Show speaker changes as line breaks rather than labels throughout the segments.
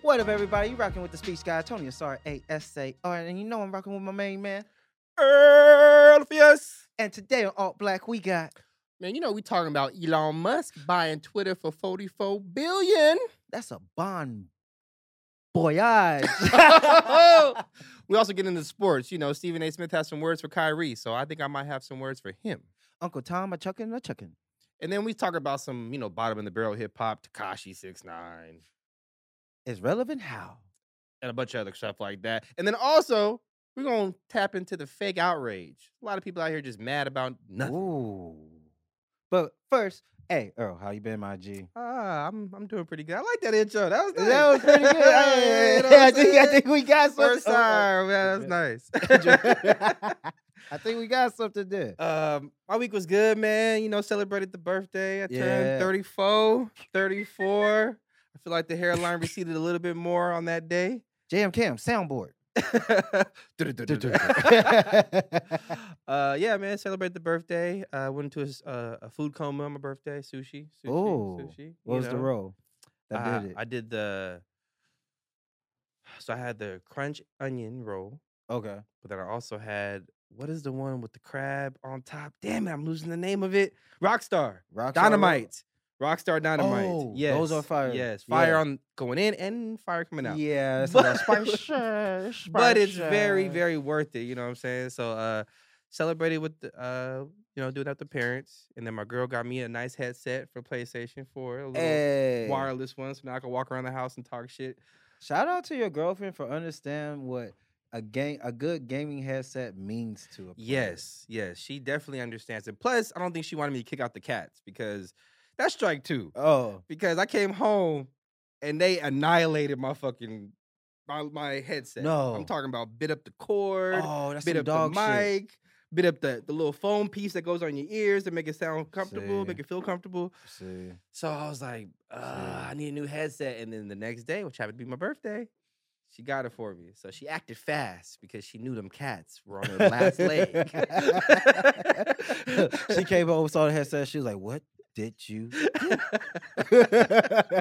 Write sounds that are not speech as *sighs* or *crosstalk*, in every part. What up, everybody? You rocking with the speech guy, Tony Asar, A-S-A-R, and you know I'm rocking with my main man.
Earl Fierce.
And today on Alt Black, we got,
Man, you know we talking about Elon Musk buying Twitter for 44 billion.
that's a Bon *laughs* Voyage.
we also get into sports. You know, Stephen A. Smith has some words for Kyrie, so I think I might have some words for him.
Uncle Tom, a chuckin', a chuckin'.
And then we talk about some, you know, bottom in the barrel hip hop, Takashi 69,
Is relevant how?
and a bunch of other stuff like that. And then also, we're gonna tap into the fake outrage. A lot of people out here just mad about nothing.
Ooh. But first, hey, Earl, how you been, my G?
Ah, I'm I'm doing pretty good. I like that intro. That was nice.
That was pretty good.
*laughs* Hey,
*laughs*
you know what
I,
I'm
think, I
saying?
think we got oh, something. *laughs*
First time, man. That's nice.
I think we got something there.
*laughs* um, my week was good, man. You know, celebrated the birthday. I turned
Yeah.
34, 34. I feel like the hairline receded a little bit more on that day. *laughs*
JM Cam, *laughs* soundboard. *laughs*
uh, yeah, man. Celebrate the birthday. uh, went into a, s- uh, a food coma on my birthday. Sushi. sushi
Ooh,
Sushi. you
What was the
know.
role that
Uh,
did it?
I did the. So I had the crunch onion roll.
okay.
but then I also had what is the one with the crab on top? Damn it, I'm losing the name of it. Rockstar,
Rockstar
Dynamite, Rockstar Dynamite.
Oh,
yes,
those are fire.
Yes,
Yeah.
fire on going in and fire coming out.
Yeah, it's a
But-
little *laughs* spicy,
But it's very,
spicy.
very worth it. You know what I'm saying? So, uh, celebrated with the, uh, you know, doing that with the parents, and then my girl got me a nice headset for PlayStation 4, a little
Hey,
wireless one, so now I can walk around the house and talk shit.
shout out to your girlfriend for understanding what a game, a good gaming headset means to a player.
Yes, yes, she definitely understands it. Plus, I don't think she wanted me to kick out the cats because that's strike two.
Oh,
because I came home and they annihilated my fucking my, my headset.
No.
I'm talking about bit up the cord,
oh, that's
bit
some
up
dog
the
shit.
mic, bit up the, the little foam piece that goes on your ears to make it sound comfortable,
See.
make it feel comfortable.
See,
So I was like, uh, I need a new headset. And then the next day, which happened to be my birthday, she got it for me. So she acted fast because she knew them cats were on her last leg.
*laughs* she came over, saw the headset. She was like, "What did you?"
*laughs* Um,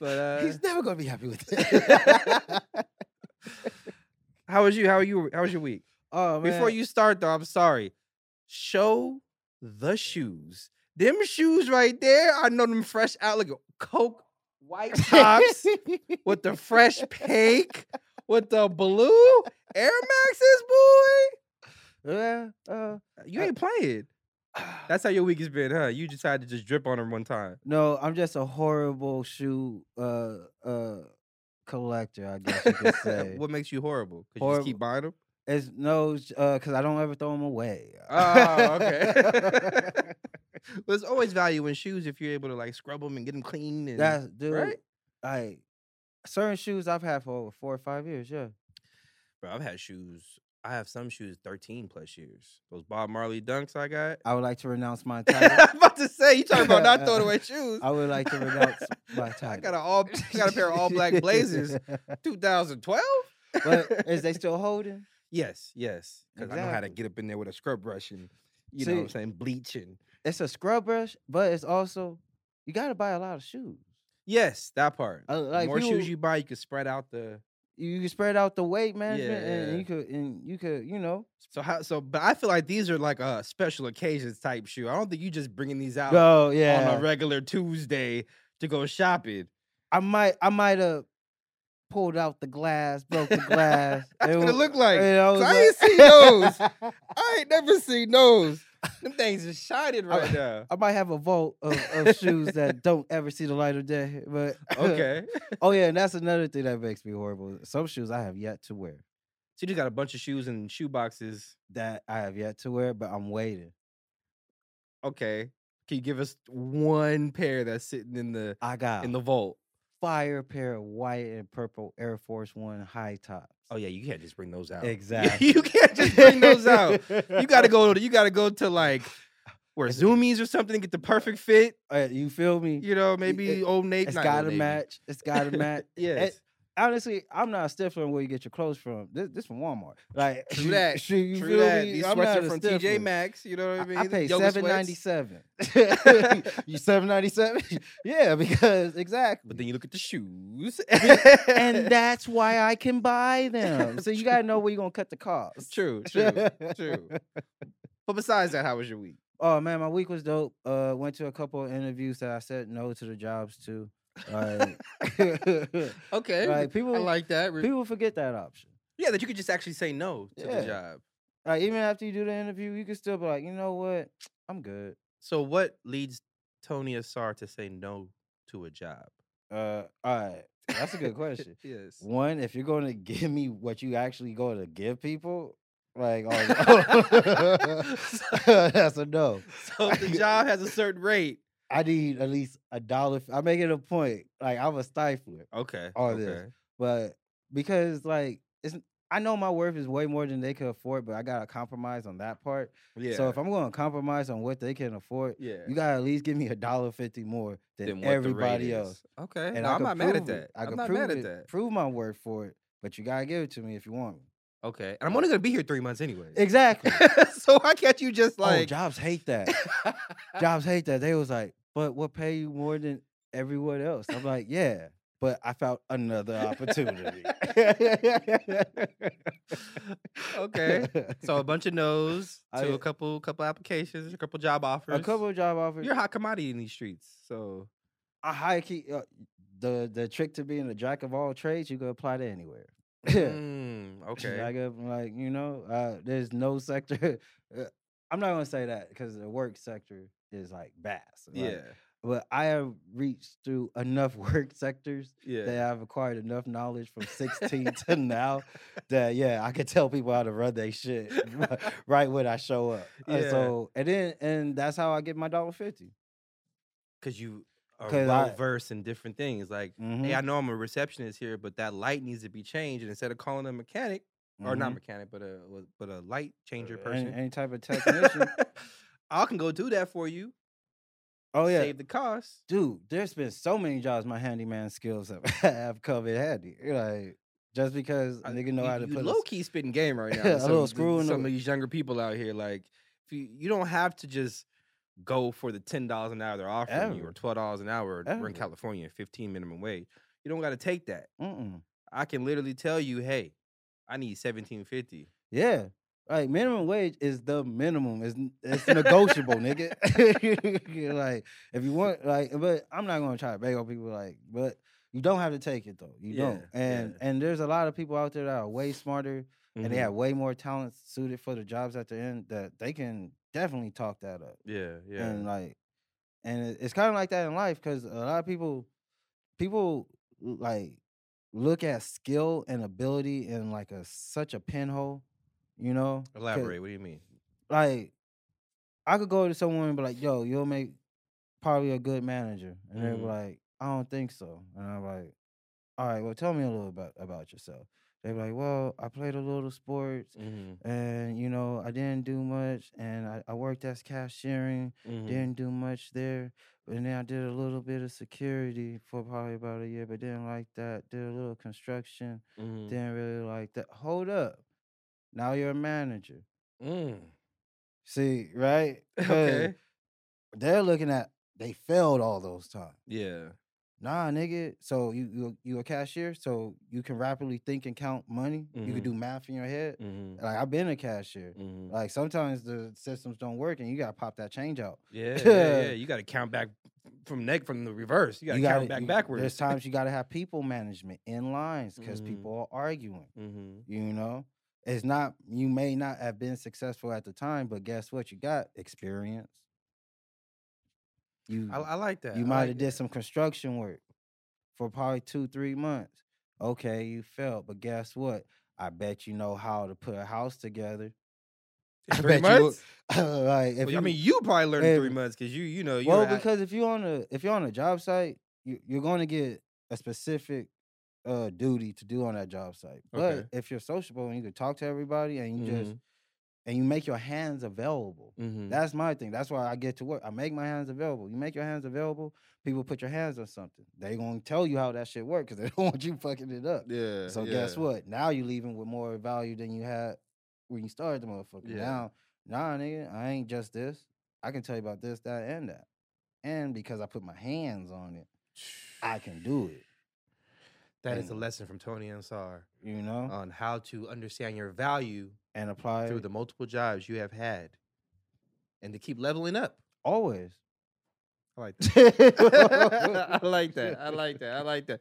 but uh,
*laughs* He's never gonna be happy with
*laughs*
it. *laughs*
How was you? How are you? How was your week?
oh man!
Before you start, though, I'm sorry. Show the shoes. Them shoes right there. I know them fresh out. Look, Coke
*laughs*
white tops with the fresh pink, with the blue Air Maxes, boy.
yeah,
*sighs*
uh,
You ain't playing. That's how your week has been, huh? You decided to just drip on them one time.
No, I'm just a horrible shoe uh uh collector, I guess you
*laughs*
could say.
what makes you horrible? Because you just keep buying them.
it's no uh cuz I don't ever throw them away. *laughs*
Oh, okay. *laughs* There's always value in shoes if you're able to like scrub them and get them clean. And
That's dude.
right?
Like certain shoes I've had for over 4 or 5 years, yeah.
Bro, I've had shoes. I have some shoes 13 plus years. Those Bob Marley dunks
*laughs*
I got.
I would like to renounce my
*laughs*
title.
I'm about to say, you talking about
*laughs*
not throwing away shoes.
I would like to
*laughs*
renounce my title.
I got a all *laughs* I got a pair of all
*laughs*
black blazers. 2012?
but is
*laughs*
they still holding?
Yes, yes. Because I know how to
Exactly.
get up in there with a scrub brush and you know what I'm
See-
saying, bleaching.
It's a scrub brush, but it's also you got to buy a lot of shoes.
Yes, that part.
Uh,
The
like,
more
people-
shoes you buy, you can spread out the
You can spread out the weight management
Yeah.
and you could and you could, you know,
so how so but I feel like these are like a special occasions type shoe. I don't think you just bringing these out
go
on
yeah.
a regular Tuesday to go shopping.
I might I might have pulled out the glass, broke the glass.
*laughs* That's
It
what it
wa-
looked like.
and I, was
I
like-
ain't seen those. I ain't never seen those. Them things are shining right *laughs* now.
*laughs* I might have a vault of, of shoes that don't ever see the light of day. But
*laughs* Okay.
*laughs* oh yeah, and that's another thing that makes me horrible. Some shoes I have yet to wear.
So you got a bunch of shoes and shoe boxes.
That I have yet to wear, but I'm waiting.
Okay. Can you give us one pair that's sitting in the
I got
in the vault?
fire pair of white and purple Air Force One high tops.
Oh yeah, you can't just bring those out. *laughs*
Exactly.
you
*laughs*
can't just bring those out. You gotta go to you gotta go to like where
It's-
zoomies or something to get the perfect fit.
Uh, you feel me?
You know, maybe
it-
old Nate.
it's
not Old
gotta Eh,
Navy.
match. It's gotta match.
*laughs* Yes.
honestly, I'm not stifling where you get your clothes from. This this from Walmart. Like *laughs*
True that.
shit, you
True
feel
that.
me?
These
I'm
sweats
not
are
a
from TJ
stifler.
Maxx. You know what I mean?
I, I paid
Yoga sweats.
seven ninety seven.
*laughs*
*laughs* You seven ninety seven? Yeah, because exactly.
But then you look at the shoes. *laughs*
and that's why I can buy them. So you gotta know where you're gonna cut the cost.
true, true,
*laughs*
true. But besides that, how was your week?
Oh man, my week was dope. Uh, went to a couple of interviews that I said no to the jobs to. Like, *laughs*
Okay.
like people,
I like that. Re-
people forget that option.
yeah, that you could just actually say no to the
Yeah.
job.
Like even after you do the interview, you can still be like, you know what, I'm good.
So what leads Tony Assar to say no to a job?
Uh, all right, that's a good question.
*laughs* yes.
One, if you're going to *laughs* give me what you actually going to give people, like, oh, no. *laughs* that's a no.
So if the job has a certain rate.
I need at least a dollar. f- I make it a point. Like I'm a stifler,
Okay.
Oh, it
okay.
is. but because like it's, I know my worth is way more than they could afford, but I gotta compromise on that part.
Yeah.
So if I'm going to compromise on what they can afford,
yeah.
you gotta at least give me a dollar fifty more than,
Then what the rate
everybody
is.
else.
Okay.
And
no,
I
I'm
could
not mad at
prove
that.
it. I
I'm
could
not
prove
mad
it-
at that.
Prove my word for it, but you gotta give it to me if you want me.
Okay. And I'm only gonna be here three months anyway.
*laughs* Exactly.
*laughs* so why can't you just
oh,
like
jobs hate
*laughs*
that. jobs hate that. They was like, but what pay you more than everyone else? I'm like, yeah, but I found
*laughs*
another opportunity. *laughs*
Okay. *laughs* So a bunch of no's
I-
to a couple couple applications, a couple job offers.
a couple of job offers.
You're a hot commodity in these streets.
*laughs*
So
I high key uh, the the trick to being a jack of all trades, you can apply to anywhere. *laughs*
Mm, okay.
Like, uh, like you know, uh, there's no sector. *laughs* uh, I'm not gonna say that because the work sector is like vast. like,
Yeah.
but I have reached through enough *laughs* work sectors
Yeah.
that I've acquired enough knowledge from 16
*laughs*
to now that yeah, I could tell people how to run their shit *laughs*
*laughs*
ri- right when I show up. Uh,
Yeah.
so and then and that's how I get my dollar fifty.
Cause you are
'Cause I- Mm-hmm.
well versed in different things. Like, hey, I know I'm a receptionist here, but that light needs to be changed. And instead of calling a mechanic,
Mm-hmm,
or not mechanic, but a wa- but a light changer
Uh, Any,
person,
any type of
*laughs*
technician.
I can go do that for you.
oh yeah.
Save the cost.
Dude, there's been so many jobs my handyman skills have, *laughs* have come in handy. Like just because a
I-
nigga know
you,
how to
you
put a
low
s-
key spitting game
*laughs*
right now.
A
to some,
little
to
screw in the-
some of these younger people out here, like if you, you don't have to just go for the ten dollars an hour they're offering you,
Ever.
or twelve dollars an hour. We're
Ever.
in California, fifteen minimum wage. You don't got to take that.
Mm-mm.
I can literally tell you, hey, I need seventeen fifty.
Yeah. Like minimum wage is the minimum. It's n- it's negotiable, nigga. *laughs* You're like if you want, like, but I'm not gonna try to beg on people. Like, but you don't have to take it though. You don't.
Yeah,
And and there's a lot of people out there that are way smarter
Mm-hmm.
and they have way more talent suited for the jobs at the end that they can definitely talk that up.
yeah, yeah,
And like, and it- it's kind of like that in life because a lot of people, people l- like look at skill and ability in like a such a pinhole, you know. 'Cause,
Elaborate. What do you mean?
Like, I could go to someone and be like, "Yo, you'll make probably a good manager," and they're
Mhm.
like, "I don't think so," and I'm like, "All right, well, tell me a little about about yourself." They're like, "Well, I played a little sports."
Mm-hmm.
And you know, I didn't do much, and I, I worked as cashiering,
mm-hmm,
didn't do much there. And then I did a little bit of security for probably about a year, but didn't like that. Did a little construction,
mm-hmm.
didn't really like that. Hold up. Now you're a manager.
*laughs*
See, right? 'Cause
Mm. Okay.
They're looking at they failed all those times.
Yeah.
Nah, nigga. So you you you a cashier, so you can rapidly think and count money. You
Mhm.
can do math in your head.
Mm-hmm.
Like I've been a cashier.
Mm-hmm.
Like sometimes the systems don't work and you gotta pop that change out.
Yeah, yeah,
*laughs*
yeah. You got to count back from neck from the reverse. You got to
gotta-
count back
you-
backwards.
There's times you got to have people management in lines because
Mhm.
people are arguing.
Mm-hmm.
You know, it's not you may not have been successful at the time, but guess what? You got experience. You
I, I like that.
you
I
might
like
have
that.
did some construction work for probably two three months. Okay, you failed, but guess what? I bet you know how to put a house together. *laughs*
In
I
three
bet you would-
months.
like, if
Well, I
you-
mean, you probably learned in three
if-
months because you, you know, you
well,
were at-
because if you're on a if you're on a job site, you, you're going to get a specific uh duty to do on that job site. But
Okay.
if you're sociable and you can talk to everybody and you just
Mhm.
and you make your hands available.
Mhm.
That's my thing. That's why I get to work. I make my hands available. You make your hands available, people put your hands on something. They gonna tell you how that shit work because they *laughs* don't want you fucking it up.
Yeah.
So
yeah.
guess what? Now you leaving with more value than you had when you started the motherfucker.
Yeah.
Now, nah, nigga, I ain't just this. I can tell you about this, that, and that. And because I put my hands on it, I can do it.
That is a
And-
lesson from Tony Ansar
You know,
on how to understand your value
and apply
Uh, through
it
the multiple jobs you have had, and to keep leveling up.
always.
I like that. *laughs* I
*laughs* I
like that. *laughs* I like that. I like that.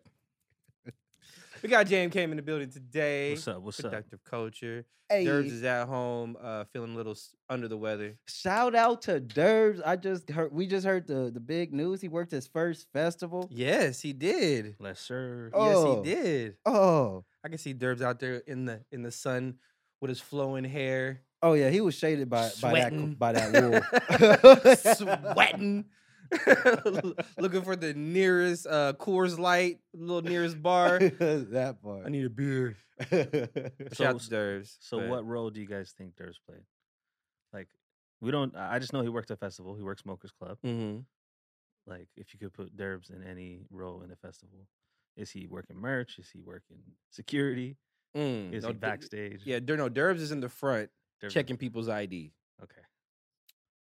We got JM came in the building today.
What's up? What's up?
Productive culture.
Hey,
Derbs is at home, uh, feeling a little s- under the weather.
shout out to Derbs. I just heard. We just heard the the big news. He worked his first festival.
Yes, he did.
Let's serve.
Oh.
Yes, he did.
Oh,
I can see Derbs out there in the in the sun with his flowing hair,
oh yeah. He was shaded by by that
Sweating.
c- by
*laughs*
that wool.
sweating, *laughs* looking for the nearest uh, Coors Light, little nearest
*laughs*
bar.
that
I
part.
need a beer. Shout out to
So-
Derbs.
So,
but-
what role do you guys think Durs played? Like, we don't. I I just know he worked at festival. He worked Smokers Club.
Mhm.
Like, if you could put Derbs in any role in the festival, is he working merch? Is he working security?
Mm,
Is
no,
he
Der-
backstage?
Yeah, Der- no, Derbs is in the front
Derbs is-
checking people's ID.
Okay.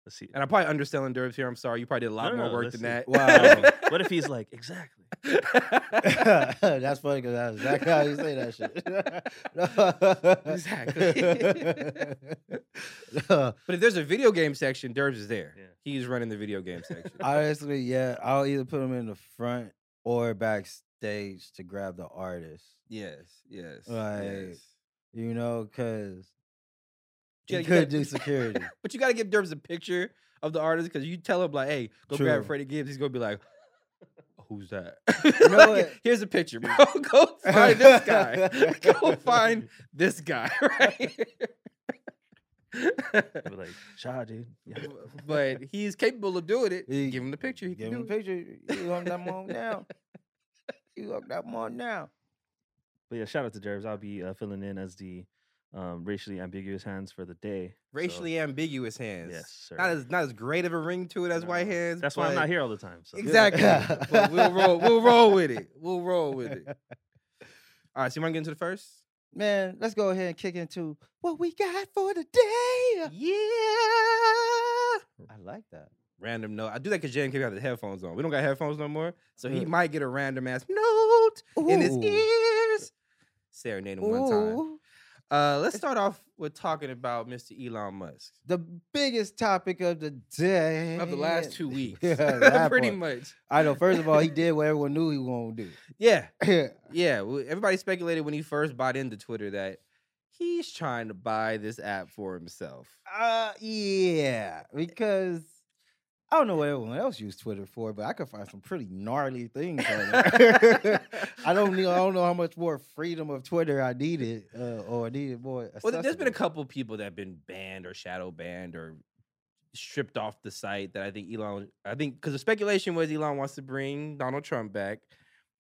Let's see.
And I'm probably underselling Derbs here. I'm sorry. You probably did a lot
No, no,
more
no,
work
let's
than
see.
that. *laughs*
Wow. *laughs*
what if he's like exactly?
*laughs* That's funny because that's exactly how you say that *laughs* shit. *laughs*
Exactly. But if there's a video game section, Derbs is there.
Yeah.
He's running the video game section.
Honestly, yeah, I'll either put them in the front or backstage to grab the artist.
yes, yes,
Like,
yes.
You know, because
Yeah,
you
you
could
got-
do
*laughs*
security.
But you got to give Derbs a picture of the artist because you tell him like, "Hey, go grab
True.
Freddie Gibbs." He's gonna be like, *laughs* "Who's *laughs* that?"
know
Like,
what?
Here's a picture, bro. *laughs* go find this guy.
*laughs*
go
*laughs*
find this guy, *laughs*
He'll be
right?
like, "Sha, dude." Yeah.
but he's capable of doing it.
He-
give him the picture. He
Give him
can
a
do it.
picture. You up that
*laughs*
more now. You up that more now.
But yeah, shout out to Derbs. I'll be uh, filling in as the um, racially ambiguous hands for the day. so-
Racially ambiguous hands.
yes, sir.
Not as not as great of a ring to it as
No,
white hands.
That's why I'm not
but-
here all the time.
*laughs*
So.
Exactly. *laughs*
Yeah.
but we'll roll. We'll roll with it. We'll roll with it. All right. So you want to get into the first?
Man, let's go ahead and kick into what we got for the day.
Yeah.
I like that.
Random note. I do that because Jaden came out the headphones on. We don't got headphones no more, so he
Yeah.
might get a random ass note in his
Ooh.
ears. Serenade him one time.
Ooh.
Uh, let's start off with talking about Mr. Elon Musk
the biggest topic of the day
of the last two weeks. *laughs*
Yeah, that
Pretty
part.
much.
I know. First of all,
*laughs*
he did what everyone knew he was gonna do. *laughs*
Yeah.
Yeah,
Yeah, w- everybody speculated when he first bought into Twitter that he's trying to buy this app for himself. *laughs*
uh, yeah, because I don't know what everyone else used Twitter for, but I could find some pretty gnarly things. on
*laughs*
there. *laughs* *laughs* I don't know. I don't know how much more freedom of Twitter I needed, uh, or I needed more.
Well, there's been a
accessible.
couple people that have been banned or shadow banned or stripped off the site that I think Elon, I think, because the speculation was Elon wants to bring Donald Trump back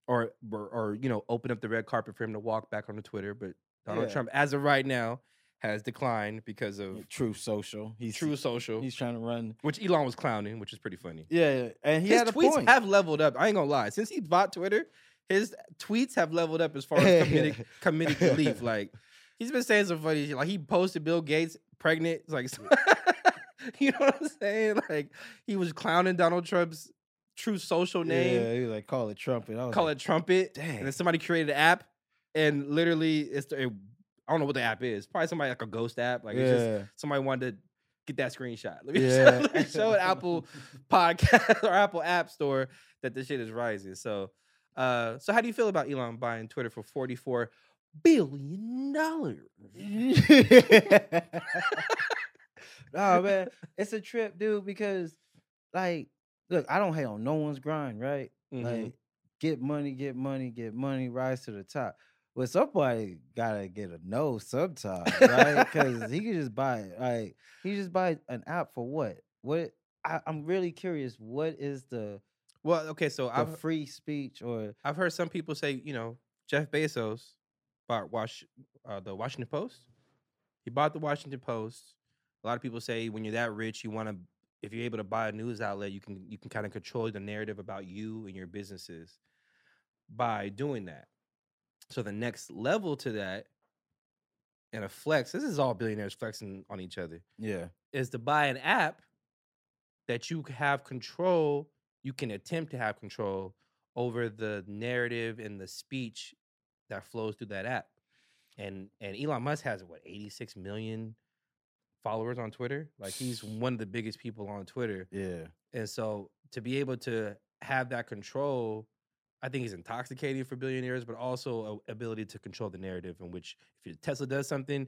or, or, or, you know, open up the red carpet for him to walk back on the Twitter. But Donald
Yeah.
Trump, as of right now, has declined because of
True social. He's
True Social,
He's trying to run.
which Elon was clowning, which is pretty funny.
Yeah, and he
his
had a
tweets
point.
have leveled up. I ain't gonna lie. Since he bought Twitter, his tweets have leveled up as far as comedic,
*laughs*
comedic relief. Like he's been saying some funny shit. Like he posted Bill Gates pregnant. It's like *laughs* you know what I'm saying? Like he was clowning Donald Trump's true social name,
Yeah, he was like, call it Trump, and I was
call
like,
it Trumpet.
Dang.
And then somebody created an app, and literally it's the, I don't know what the app is. Probably somebody like a ghost app. Like it's just
yeah.
somebody wanted to get that screenshot. Let me, *laughs*
Yeah.
show, let me show
*laughs*
an Apple podcast *laughs* or Apple App Store that this shit is rising. So, uh, so how do you feel about Elon buying Twitter for forty four billion dollars?
Mm-hmm. nah, man, it's a trip, dude. Because, like, look, I don't hate on no one's grind, right?
Mm-hmm.
Like, get money, get money, get money, rise to the top. But somebody gotta get a no sometime, right?
*laughs*
Because he could just buy, like, he just buy an app for what? What? I, I'm really curious. What is the,
Well, okay, so
the
I've
free speech or
I've heard some people say, you know, Jeff Bezos bought Wash uh, the Washington Post. He bought the Washington Post. A lot of people say when you're that rich, you want to. If you're able to buy a news outlet, you can you can kind of control the narrative about you and your businesses by doing that. So the next level to that, and a flex. This is all billionaires flexing on each other.
Yeah.
Is to buy an app that you have control. You can attempt to have control over the narrative and the speech that flows through that app. And and Elon Musk has what 86 million followers on Twitter. Like he's one of the biggest people on Twitter.
Yeah.
And so to be able to have that control, I think is intoxicating for billionaires, but also a ability to control the narrative in which if your Tesla does something,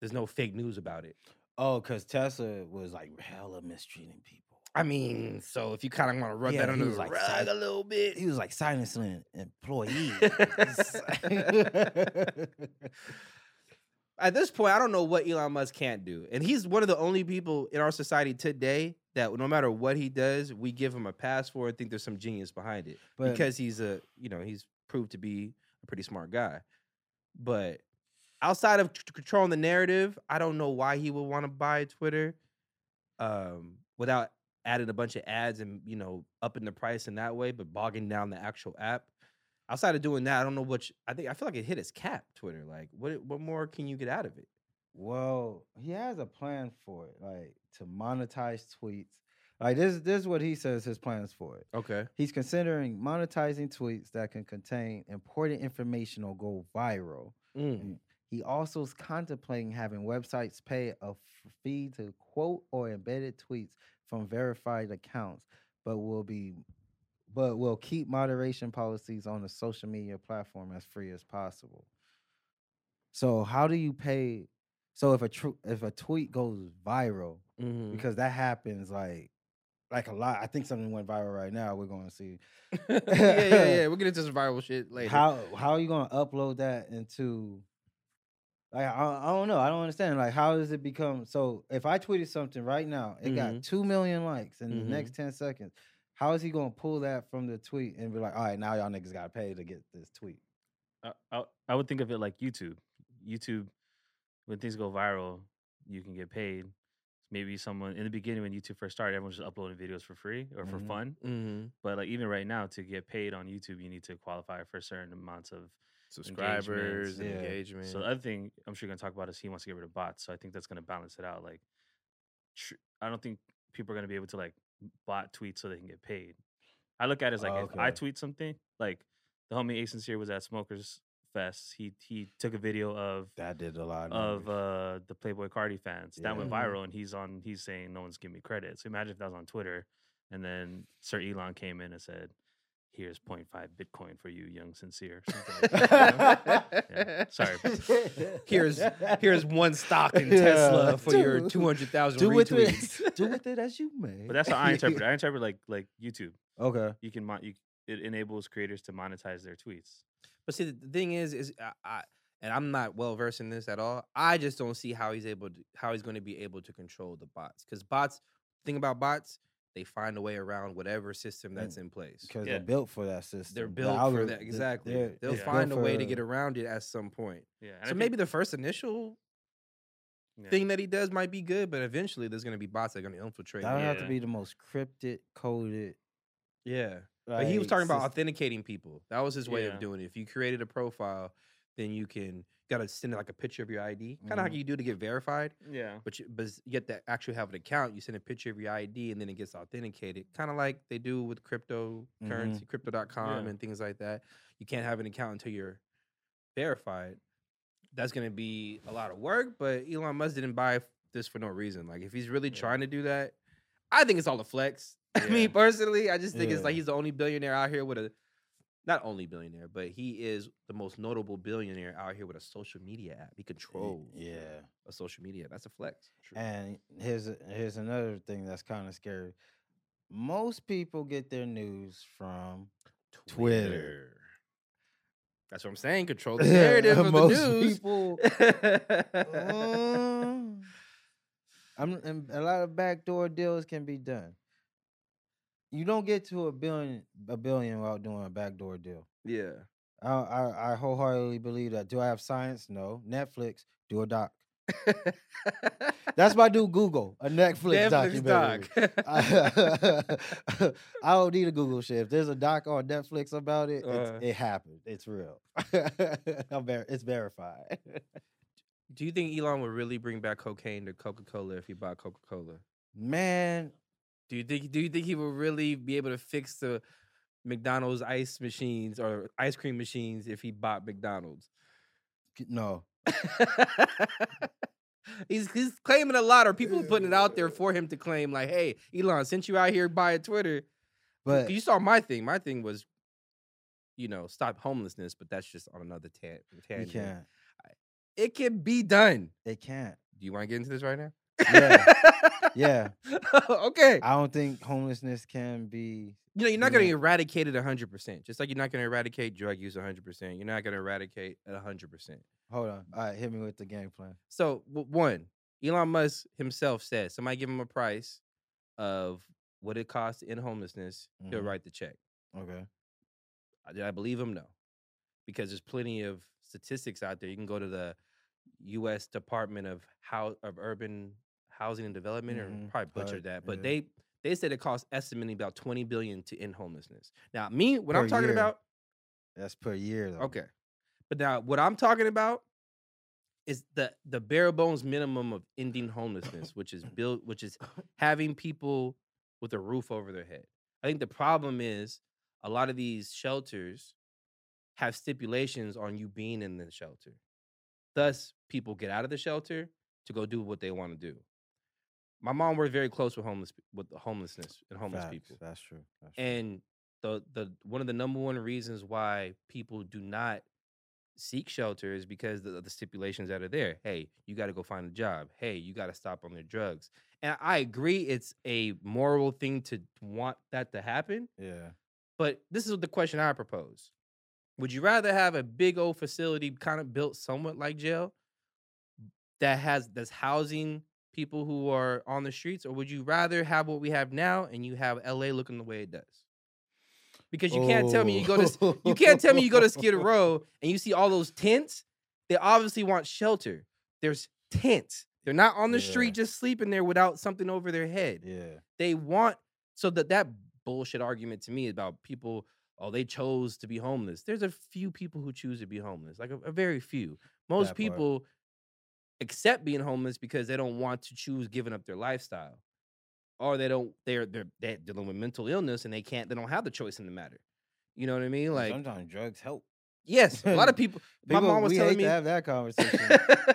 there's no fake news about it.
Oh, because Tesla was like hella mistreating people.
I mean, so if you kind of want to rub
Yeah,
that
he
under the
was, like,
rug
psych-
a little bit,
He was like silencing employees.
At this point, I don't know what Elon Musk can't do. And he's one of the only people in our society today that no matter what he does, we give him a pass for and think there's some genius behind it.
*laughs* but
because he's a, you know, he's proved to be a pretty smart guy. But outside of c- controlling the narrative, I don't know why he would want to buy Twitter um, without adding a bunch of ads and, you know, upping the price in that way, but bogging down the actual app. Outside of doing that, I don't know what you- I think. I feel like it hit its cap. Twitter, like, what what more can you get out of it?
Well, he has a plan for it, like to monetize tweets. Like this, this is what he says his plans for it.
Okay.
He's considering monetizing tweets that can contain important information or go viral.
Mm, *laughs*
He also is contemplating having websites pay a f- fee to quote or embedded tweets from verified accounts, but will be but will keep moderation policies on the social media platform as free as possible. So how do you pay so if a tru- if a tweet goes viral
Mm-hmm.
because that happens like like a lot I think something went viral right now we're going to see
yeah, yeah, *laughs* yeah. We'll get into some viral shit later.
how how are you gonna upload that into like I, I don't know I don't understand like how does it become so if I tweeted something right now it
Mhm.
got two million likes in
Mhm.
the next ten seconds how is he gonna pull that from the tweet and be like all right now y'all niggas gotta pay to get this tweet
I, I, I would think of it like YouTube. YouTube, when things go viral, you can get paid. Maybe someone in the beginning when YouTube first started, everyone's just uploading videos for free or for
Mhm.
fun.
mm-hmm.
But like even right now, to get paid on YouTube, you need to qualify for certain amounts of.
subscribers and
yeah.
engagement?
So the other thing I'm sure you're gonna talk about is he wants to get rid of bots. So I think that's gonna balance it out. Like, tr- I don't think people are gonna be able to like bot tweet so they can get paid. I look at it as like
Oh,
if I
okay.
tweet something, like the homie Ace here was at Smokers Fest. He he took a video of
that did a lot
of uh, the Playboy Cardi fans. That went
Yeah. Mhm.
viral, and he's on. He's saying no one's giving me credit. So imagine if that was on Twitter, and then Sir Elon came in and said, "Here's 0.5 Bitcoin for you, young sincere." something like
*laughs*
that, you know? uh, Yeah, Sorry.
here's here's one stock in
*laughs* Yeah.
Tesla for
*laughs*
your
Do-
two hundred thousand
do with it- *laughs*
retweets.
do with it as you may
But that's how I
*laughs*
interpret. it. I interpret like like YouTube.
*laughs* okay
You can mon- you, it enables creators to monetize their tweets.
But see, the the thing is, is I, I and I'm not well versed in this at all. I just don't see how he's able to how he's going to be able to control the bots because bots. Thing about bots, they find a way around whatever system that's in place.
because
Yeah.
they're built for that system
They're
The
built for
algor-
that
the-
exactly.
they're-
They'll
it's built
find a way to
for-
get around it at some point.
Yeah. and I
So
think-
maybe the first initial
yeah.
thing that he does might be good, but eventually there's going to be bots that are going to infiltrate.
That would
it.
have to
Yeah.
be the most cryptic, coded.
yeah. But he was
like,
talking about
sys-
authenticating people. That was his way
Yeah.
of doing it. If you created a profile, then you can got to send like a picture of your ID, kind of how
Mm-hmm.
Mhm.
you do to get verified.
Yeah.
But you, but you get to actually have an account. You send a picture of your ID, and then it gets authenticated, kind of like they do with cryptocurrency, crypto.com,
Mm-hmm. Yeah.
and things like that. You can't have an account until you're verified. That's going to be a lot of work. But Elon Musk didn't buy f- this for no reason. Like if he's really
Yeah.
trying to do that, I think it's all a flex. *laughs* *laughs* I
Yeah.
mean, personally, I just think it's like
Yeah.
he's the only billionaire out here with a not only billionaire, but he is the most notable billionaire out here with a social media app. He controls
Yeah.
a social media. That's a flex.
And here's a- here's another thing that's kind of scary. Most people get their news from Twitter.
That's what I'm saying.
*laughs*
Control the narrative of the
Most
news. *laughs*
people. Mm. I'm, and a lot of backdoor deals can be done. You don't get to a billion a billion without doing a backdoor deal.
yeah. *laughs*
I, I I wholeheartedly believe that. Do I have science? No. Netflix, do a doc. That's my new Google, a Netflix,
Netflix
documentary.
doc.
I, *laughs* I don't need a Google shit. If there's a doc on Netflix about it, it's,
Uh.
it happened. It's real. *laughs* I'm ver- it's verified.
*laughs*
*laughs*
Do you think Elon would really bring back cocaine to Coca Cola if he bought Coca Cola?
Man,
Do you think? Do you think he will really be able to fix the McDonald's ice machines or ice cream machines if he
*laughs*
bought McDonald's?
c- no.
he's he's claiming a lot, or people are putting it out there for him to claim, like, "Hey, Elon, since you out here by Twitter,
But
you saw my thing. My thing was, you know, stop homelessness, but that's just on another tan-
you
tangent.
can't.
It can be done.
It can't.
Do you want to get into this right now?
Yeah. Yeah.
*laughs* okay.
I don't think homelessness can be
You know, you're not going to
Yeah.
eradicate it 100%. Just like you're not going to eradicate drug use 100%. You're not going to eradicate it 100%.
hold on. All right, hit me with the game plan.
So, w- one, Elon Musk himself said somebody give him a price of what it costs in homelessness, he'll
Mhm.
write the check.
Okay.
Uh, Did I believe him? No. Because there's plenty of statistics out there. You can go to the U.S. Department of How of Urban Housing and Development, or
Mhm.
probably
HUD,
butchered that, but
yeah.
they they said it costs estimating about 20 billion to end homelessness. Now, me, what I'm
Per
talking
year.
about,
That's per year though.
okay, but now what I'm talking about is the the bare bones minimum of
*laughs*
ending homelessness, which is built, which is having people with a roof over their head. I think the problem is a lot of these shelters have stipulations on you being in the shelter. Thus, people get out of the shelter to go do what they want to do. My mom worked very close with homeless pe- with the homelessness and homeless
Facts,
people.
That's true. That's true.
And the the one of the number one reasons why people do not seek shelter is because the, the stipulations that are there. Hey, you got to go find a job. Hey, you got to stop on their drugs. And I agree, it's a moral thing to want that to happen.
yeah.
But this is the question I propose. Would you rather have a big old facility kind of built somewhat like jail that has that's housing people who are on the streets, or would you rather have what we have now and you have LA looking the way it does? Because you can't tell me you go to s-
to
you can't tell me you go
*laughs*
to Skid Row and you see all those tents. They obviously want shelter. There's tents. They're not on the
Yeah.
street just sleeping there without something over their head
Yeah.
they want so that that bullshit argument to me about people oh they chose to be homeless there's a few people who choose to be homeless like a, a very few
That
most
part.
people accept being homeless because they don't want to choose giving up their lifestyle or they don't they're they're, they're dealing with mental illness and they can't they don't have the choice in the matter you know what i mean like
sometimes drugs help.
yes a
*laughs*
lot of people my
People-
mom was
we
telling
hate
me
to have that
*laughs*
conversation.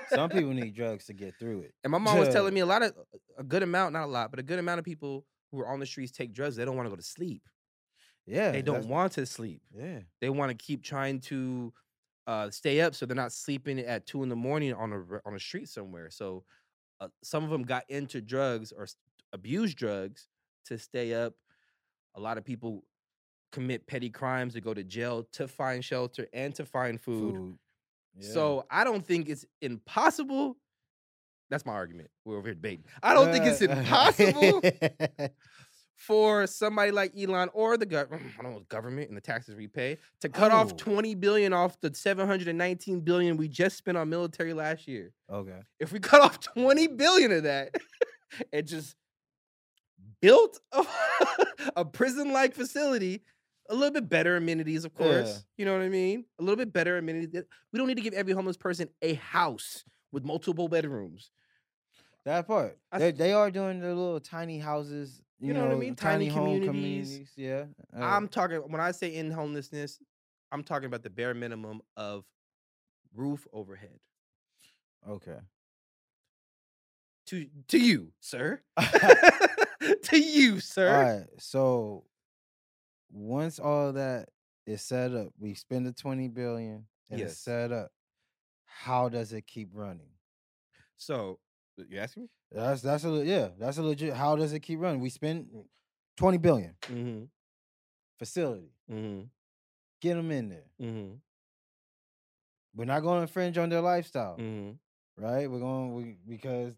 Some people need drugs to get through it.
And my mom was
Yeah.
telling me a lot of a good amount, not a lot, but a good amount of people who are on the streets take drugs. They don't want to go to sleep.
Yeah.
They don't
that's-
want to sleep.
Yeah.
They want to keep trying to uh, stay up, so they're not sleeping at two in the morning on a r- on a street somewhere. So uh, some of them got into drugs or s- abused drugs to stay up. A lot of people commit petty crimes to go to jail to find shelter and to find food.
Yeah.
So I don't think it's impossible. That's my argument. We're over here debating. I don't think
Uh, *laughs*
it's impossible for somebody like Elon or the government, *clears throat* I don't know, government and the taxes we pay to cut off
Oh.
20 billion off the 719 billion we just spent on military last year.
okay.
If we cut off 20 billion of that *laughs* and just built a, *laughs* a prison-like facility, a little bit better amenities, of course.
Yeah.
You know what I mean? A little bit better amenities. Th- We don't need to give every homeless person a house with multiple bedrooms.
That part.
I
They,
s-
they are doing the little tiny houses. You, know, what I mean? Tiny, home communities. Yeah. uh,
I'm talking when I say in homelessness, I'm talking about the bare minimum of roof overhead.
okay.
To to you, *laughs* sir.
all
to you, sir.
right. So once all that is set up, we spend the twenty billion and
Yes.
it's set up. How does it keep running?
So you asking me?
That's that's a le- yeah. That's a legit. How does it keep running? We spend twenty billion
Mm-hmm.
facility.
Mm-hmm.
Get them in there.
Mm-hmm.
We're not going to infringe on their lifestyle,
Mm-hmm.
right? We're going we, because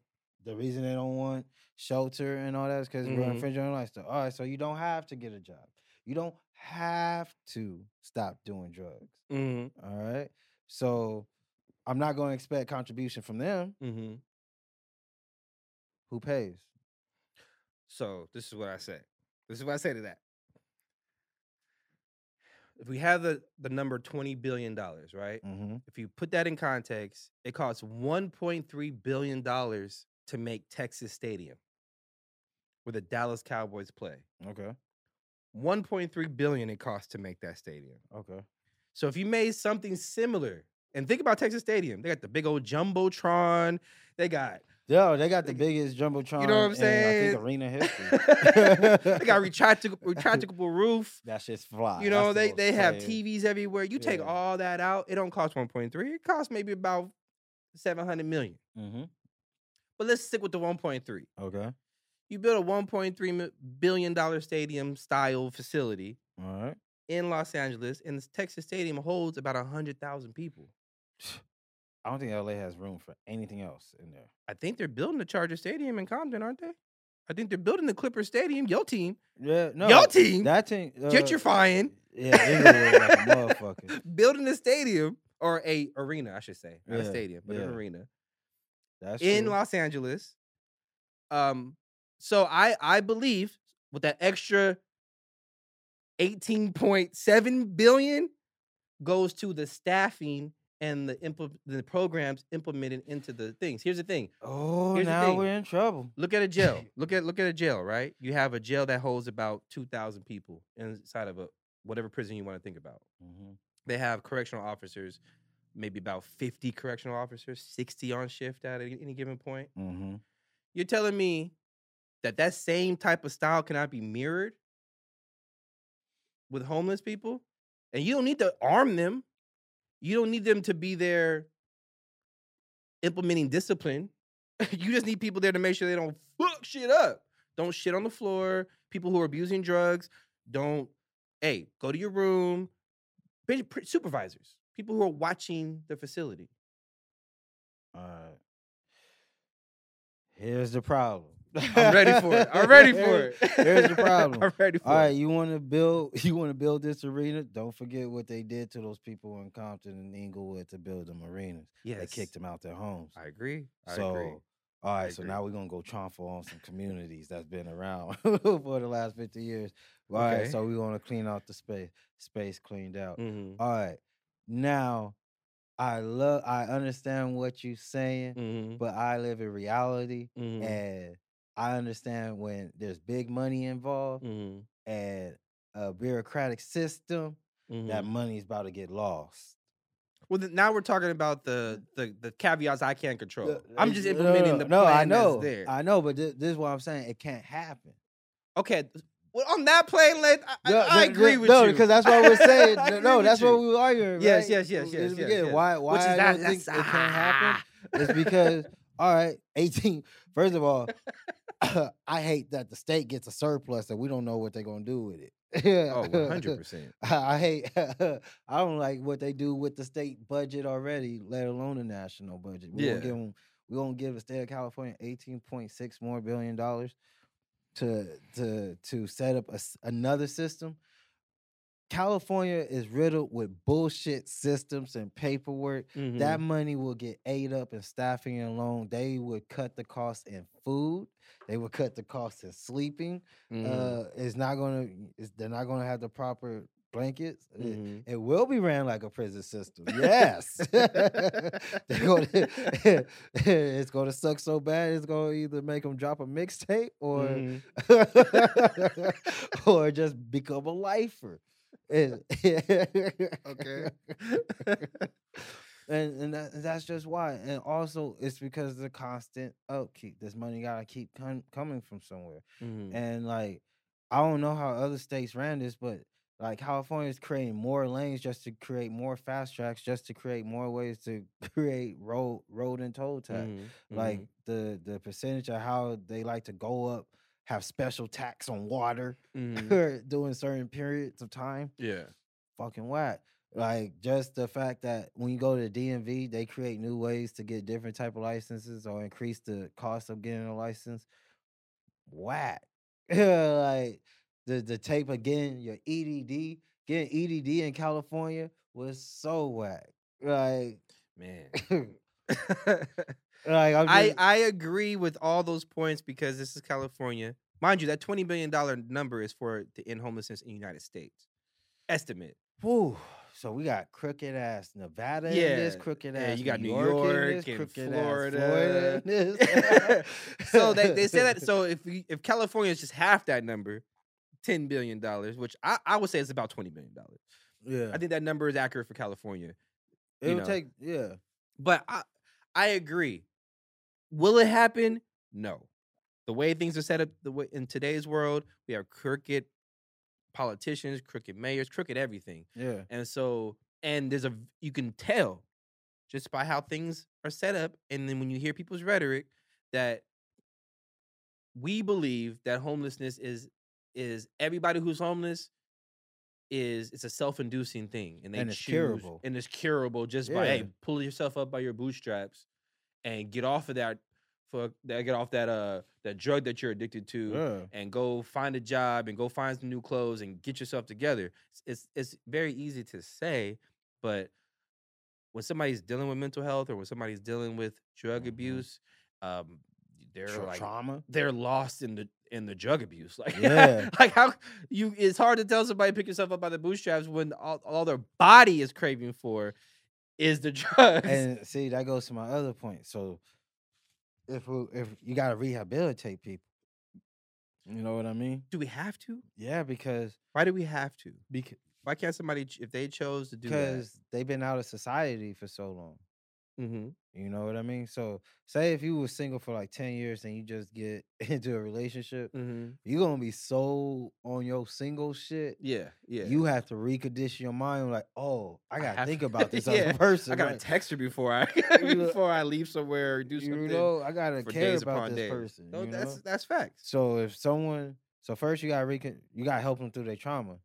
the reason they don't want shelter and all that is because we're
Mhm.
infringing on their lifestyle. All right, so you don't have to get a job. You don't have to stop doing drugs.
Mm-hmm.
All right. So I'm not going to expect contribution from them.
Mm-hmm.
Who pays?
So this is what I say. This is what I say to that. If we have the, the number twenty billion dollars, right?
Mm-hmm.
If you put that in context, it costs one point three billion dollars to make Texas Stadium, where the Dallas Cowboys play.
Okay.
One point three billion it costs to make that stadium.
Okay.
So if you made something similar, and think about Texas Stadium, they got the big old jumbotron. They got
Yo, they got the
Nigga,
biggest jumbotron.
you know what I'm
in, I
saying?
think
*laughs*
arena
they
history. *laughs*
got retractable, retractable roof.
That shit's fly.
You
That's
know
the
they
most
they have
fly.
TVs everywhere. You take
Yeah.
all that out, it don't cost 1.3. It costs maybe about 700 million.
Mhm.
But let's stick with the 1.3.
Okay.
You build a 1.3 mi- billion dollar stadium style facility
All right.
in Los Angeles, and the Texas Stadium holds about 100,000 people.
I don't think LA has room for anything else in there.
I think they're building the Charger Stadium in Compton, aren't they? I think they're building the Clipper Stadium, your team,
Yeah, no.
your team,
That team uh,
gentrifying.
*laughs* Yeah, Inglewood like a motherfucker.
building a stadium or a arena, I should say, not a
Yeah,
stadium, but an
yeah.
arena
That's
in
true.
Los Angeles. Um, so I I believe with that extra eighteen point seven billion goes to the staffing and the impl- the programs implemented into the things. Here's the thing:
Oh,
Here's the
now
thing.
we're in trouble.
Look at
*laughs*
a jail. look at look at a jail, right? You have a jail that holds about two thousand people inside of a whatever prison you want to think about.
Mhm.
They have correctional officers, maybe about fifty correctional officers, sixty on shift at any any given point.
Mhm.
You're telling me that that same type of style cannot be mirrored with homeless people, and you don't need to arm them. You don't need them to be there implementing discipline. *laughs* you just need people there to make sure they don't fuck shit up. Don't shit on the floor. People who are abusing drugs, don't. Hey, go to your room. Bitch, pr- Supervisors, people who are watching the facility.
All right. Here's the problem.
I'm ready for it. I'm ready
*laughs*
for it.
here's the problem.
*laughs* I'm ready for
All right,
it.
you want to build *laughs* you want to build this arena? Don't forget what they did to those people in Compton and Inglewood to build them arenas.
Yes.
They kicked them out their homes.
I agree. I
so, uh,
agree.
all
I
right, so
agree.
now we're gonna go tromfle on some communities that's been around *laughs* for the last fifty years. All right,
Okay.
so we want to clean out the space. Space cleaned out.
Mhm,
All right, now I love. I understand what you're saying,
mhm,
but I live in reality,
mhm,
and I understand when there's big money involved
mhm,
and a bureaucratic system, that
mhm.
money's about to get lost.
Well, th- now we're talking about the the, the caveats I can't control.
The-
I'm
it's-
just
no,
implementing
no,
the
no.
plan
I know,
that's there.
I know, but this, this is what I'm saying. It can't happen.
okay, th- well, on that plane, let I, I-
No,
I
no,
agree
no,
with
no,
you.
because
*laughs*
that's what we're saying.
I
no,
agree
no,
with
that's
you.
what we were arguing.
Yes,
right?
yes, yes,
In the
yes, yes,
beginning.
yes.
Why? Why
Which is
I
not ah.
don't think it can happen? It's
necessary.
because all right, *laughs* eighteen. First of
*laughs*
all, *coughs* I hate that the state gets a surplus and we don't know what they're gonna do with it. *laughs*
oh, 100 percent.
I hate. *laughs* I don't like what they do with the state budget already, let alone the national budget. We
Yeah.
don't give them. We don't give the state of California eighteen point six more billion dollars to to to set up a s another system. California is riddled with bullshit systems and paperwork. That money will get ate up in staffing alone. They would cut the cost in food. They would cut the cost in sleeping uh, it's not gonna it's, they're not gonna have the proper blankets. It-
Mm-hmm.
It, will be ran like a prison system. Yes, *laughs* They're gonna- *laughs* it's gonna suck so bad. It's gonna either make them drop a mixtape or *laughs* or just become a lifer. It-
Okay.
*laughs* and and that, that's just why. And also, it's because the constant upkeep. This money gotta keep com- coming from somewhere.
Mm.
And like, I don't know how other states ran this, but like California is creating more lanes just to create more fast tracks, just to create more ways to *laughs* create road road and toll tax. uh,
Mm,
Like the the percentage of how they like to go up, have special tax on water mm-hmm. *laughs* during certain periods of time.
yeah.
Fucking whack. Like just the fact that when you go to the DMV, they create new ways to get different type of licenses or increase the cost of getting a license whack. *laughs* like the the tape again, your EDD, getting EDD in
*laughs*
California was so whack. Like
Man.
*laughs*
*laughs*
Like I'm
I,
just-
I agree with all those points because this is California. Mind you, that $20 billion number is for to end homelessness in the United States. Estimate.
Whew. So we got crooked ass Nevada in this,
Yeah,
crooked
yeah,
ass
you got
New
New
York,
York
in this,
and
crooked
Florida.
ass Florida in this.
*laughs* So they, they say
*laughs*
that. So if we, if California is just half that number, $10 billion, which I, I would say is about $20 billion.
yeah,
I think that number is accurate for California.
it
you
would
know.
take yeah.
But I I agree. Will it happen? No. The way things are set up the way, in today's world, we have crooked politicians, crooked mayors, crooked everything.
Yeah,
And so and there's a v- you can tell just by how things are set up and then when you hear people's rhetoric that we believe that homelessness is is everybody who's homeless is it's a self-inducing thing and they
And it's
choose-
curable.
and it's curable just by
Yeah.
hey pull yourself up by your bootstraps and get off of that fuck that get off that uh that drug that you're addicted to
yeah.
and go find a job and go find some new clothes and get yourself together. It's- It's it's very easy to say, but when somebody's dealing with mental health or when somebody's dealing with drug
Mhm.
abuse, um, they're
Tra-
like *laughs*
trauma.
they're lost in the in the drug abuse. *laughs* Like
Yeah.
like how you it's hard to tell somebody pick yourself up by the bootstraps when all, all their body is craving for is the *laughs* drugs.
And see, that goes to my other point. So if we, if you got to rehabilitate people, you know what I mean?
do we have to?
Yeah, because
Why do we have to?
because
Why can't somebody ch- if they chose to do that?
because they've been out of society for so long.
Mm-hmm.
You know what I mean? So say if you were single for like 10 years and you just get *laughs* into a relationship,
Mm-hmm.
you're gonna be so on your single shit.
Yeah, yeah.
You have to recondition your mind like, oh, I
I
gotta
have-
think about
*laughs*
this other
Yeah,
person.
I gotta
right?
text her before I
*laughs*
*laughs*
You know-
before I leave somewhere or do something.
you know, I gotta
for
care
days
about
upon
this
days.
person.
no,
you
that's
know?
that's facts.
So if someone, so first you gotta recon, you gotta help them through their trauma.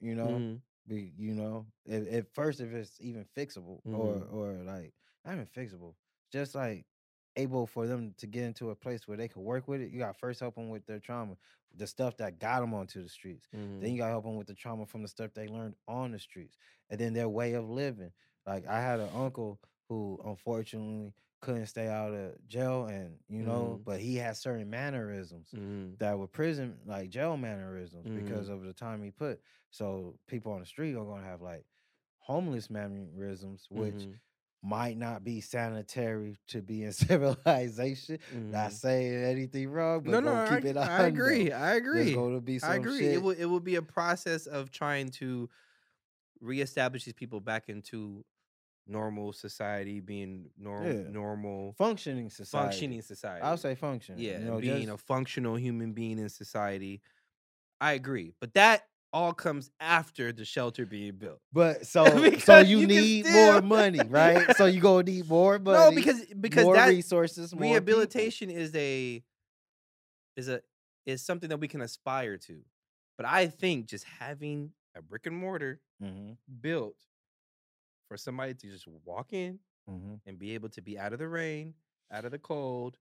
You know,
Mm-hmm.
be, you know, if, if first if it's even fixable or
Mhm.
or like not even fixable, just like able for them to get into a place where they could work with it. You gotta first help them with their trauma, the stuff that got them onto the streets. Then
Mm-hmm.
you gotta help them with the trauma from the stuff they learned on the streets, and then their way of living. Like I had an uncle who unfortunately couldn't stay out of jail, and you know,
Mhm.
but he had certain mannerisms
Mm.
that were prison like jail mannerisms because
Mm-hmm.
of the time he put. So people on the street are gonna have like homeless mannerisms, which
Mm-hmm.
might not be sanitary to be in *laughs* civilization. Not saying anything wrong, *laughs* but
Mm-hmm. no, no,
gonna
I,
keep it a
I agree.
hundred.
I
There's
agree.
gonna be some
I agree.
shit-
It will it will be a process of trying to reestablish these people back into normal society, being norm,
Yeah.
normal
functioning society.
functioning society.
I'll say function.
yeah,
you
and
know,
being a
just-
functional human being in society. I agree, but that all comes after the shelter being built. *laughs*
but so so
because
you,
you can
need
still-
more money, right? So you gonna need more money.
*laughs* No, because because
e more
that
resources, more people.
rehabilitation is a is a is something that we can aspire to. But I think just having a brick and mortar
Mhm,
built for somebody to just walk in
mhm,
and be able to be out of the rain, out of the cold,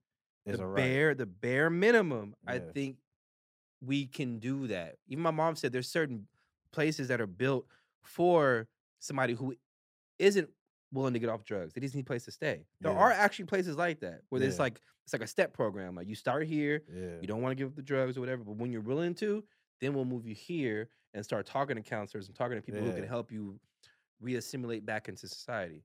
is
the
a right.
bare the bare minimum i
Yeah.
think we can do that even my mom said there's certain places that are built for somebody who isn't willing to get off drugs they just need a place to stay there
Yeah.
are actually places like that where it's
Yeah.
like it's like a step program like you start here
Yeah.
you don't want to give up the drugs or whatever but when you're willing to then we'll move you here and start talking to counselors and talking to people who
Yeah.
can help you reassimilate back into society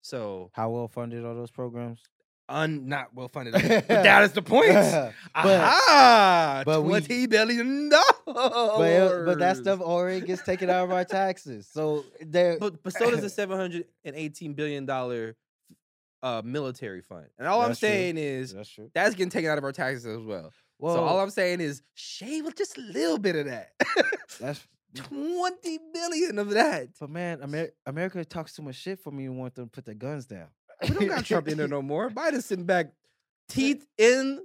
so
How well funded are those programs? *laughs*
un not well funded but that is the point
But-
Aha!
but we-
twenty billion dollars.
but, it- but that *laughs* stuff already gets taken out of our taxes. So there,
But, but so does the seven hundred and eighteen billion dollar uh, military fund. And all I'm
That's true.
saying is
that's true.
that's getting taken out of our taxes as well.
Well, Mm.
so all I'm saying is shave just a little bit
*laughs*
of that.
that's
twenty billion of that.
*laughs* but man, Amer- America talks too much shit for me to want them to put their guns down.
We
*laughs*
don't got Trump in there no more. Biden's sitting back, teeth in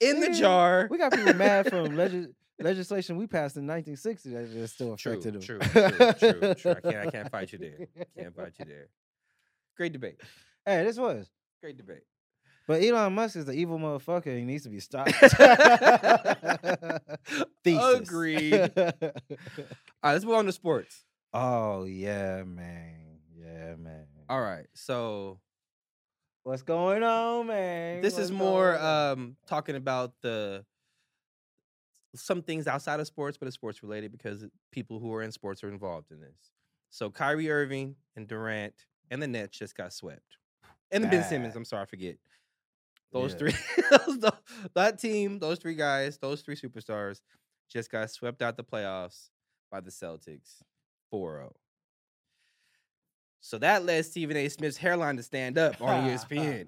in the
Yeah,
jar.
We got people mad
*laughs*
from legis- legislation we passed in 1960 that is still
True,
affected
true, true,
them.
true, true. I can't, I can't fight you there. Can't fight you there. Great debate.
*laughs* Hey, this was.
Great debate.
But Elon Musk is the evil motherfucker. and He needs to be stopped. *laughs* Thesis. *laughs*
Agreed. All right, let's move on to sports.
oh yeah, man. Yeah, man.
All right, so
What's going on, man?
This is
What's
more
going on?
um, talking about the some things outside of sports, but it's sports related because people who are in sports are involved in this. So Kyrie Irving and Durant and the Nets just got swept, and then Ben Simmons.
Bad.
I'm sorry, I forget those
Yeah.
three. *laughs* those, tho- that team, those three guys, those three superstars just got swept out the playoffs by the Celtics 4-0. So that led Stephen A. Smith's hairline to stand up on
*laughs*
E ESPN.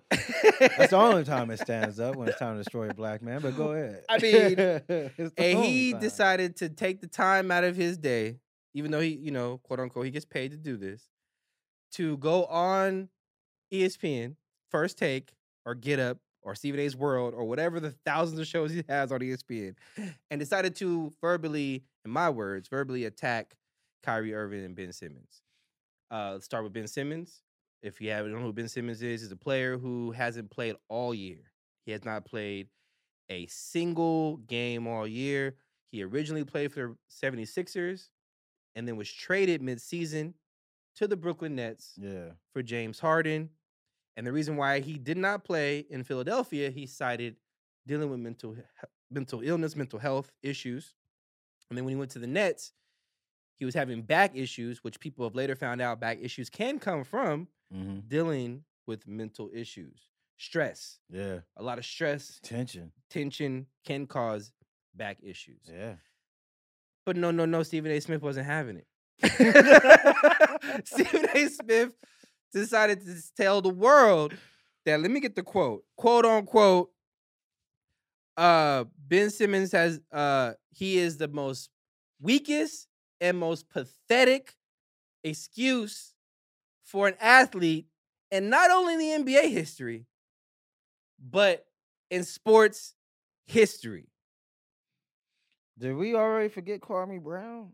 That's the
*laughs*
only time it stands up when it's time to destroy a black man. But go ahead.
I mean,
*laughs* It's the
and
only
he
time.
decided to take the time out of his day, even though he, you know, quote unquote, he gets paid to do this, to go on E ESPN, First Take, or Get Up, or Stephen A's World, or whatever the thousands of shows he has on E ESPN, and decided to verbally, in my words, verbally attack Kyrie Irving and Ben Simmons. Uh, let's start with Ben Simmons. If you haven't don't know who Ben Simmons is, he's a player who hasn't played all year. He has not played a single game all year. He originally played for the 76ers and then was traded midseason to the Brooklyn Nets
Yeah.
for James Harden. And the reason why he did not play in Philadelphia, he cited dealing with mental he- mental illness, mental health issues. And then when he went to the Nets, he was having back issues, which people have later found out back issues can come from
hmm
dealing with mental issues, stress.
Yeah.
A lot of stress,
Tension.
tension can cause back issues.
Yeah.
But no, no, no, Stephen A. Smith wasn't having it. *laughs* Stephen A. Smith decided to s- tell the world that let me get the quote. Quote unquote, uh, Ben Simmons has uh he is the most weakest and most pathetic excuse for an athlete, and not only in the NBA history, but in sports history. *laughs*
Did we already forget Kwame Brown?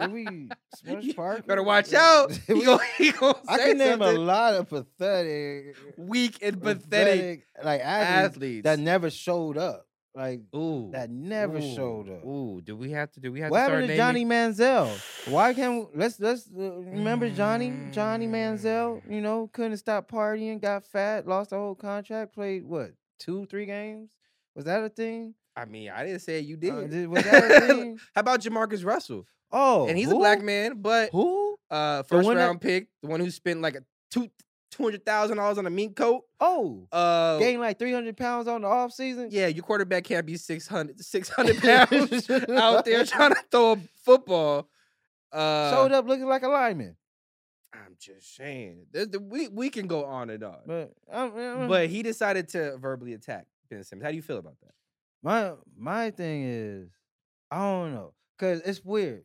Did *laughs* we
You
Smush Parker?
Better watch
Did-
*laughs*
*laughs*
out.
did
He
we-
gon- he gon'
I
say
can name a
something.
lot of pathetic,
weak and pathetic
like athletes
athletes.
that never showed up. Like
ooh,
that never
ooh,
showed up.
Ooh, do we have to? Do we have
What
to start
happened to
naming?
Johnny Manziel? Why
*sighs*
can't we, let's let's uh, remember Johnny Johnny Manziel?
Mm.
You know, couldn't stop partying, got fat, lost the whole contract, played what two three games? Was that a thing?
I mean, I didn't say you did.
Uh, did- was that
*laughs*
a thing?
How about Jamarcus Russell?
Oh,
and he's a
who?
black man, but
Who?
uh, first
one that-
round pick, the one who spent like a two two hundred thousand dollars on a mink coat.
Oh,
Uh,
gained like three hundred pounds on the off season.
yeah, your quarterback can't be
*laughs*
600, 600 pounds out there trying to throw a football. Uh,
showed up looking like a lineman.
I'm just saying. There's the, we we can go on and on.
But um, um,
But he decided to verbally attack Ben Simmons. How do you feel about that?
My my thing is, I don't know, cause it's weird.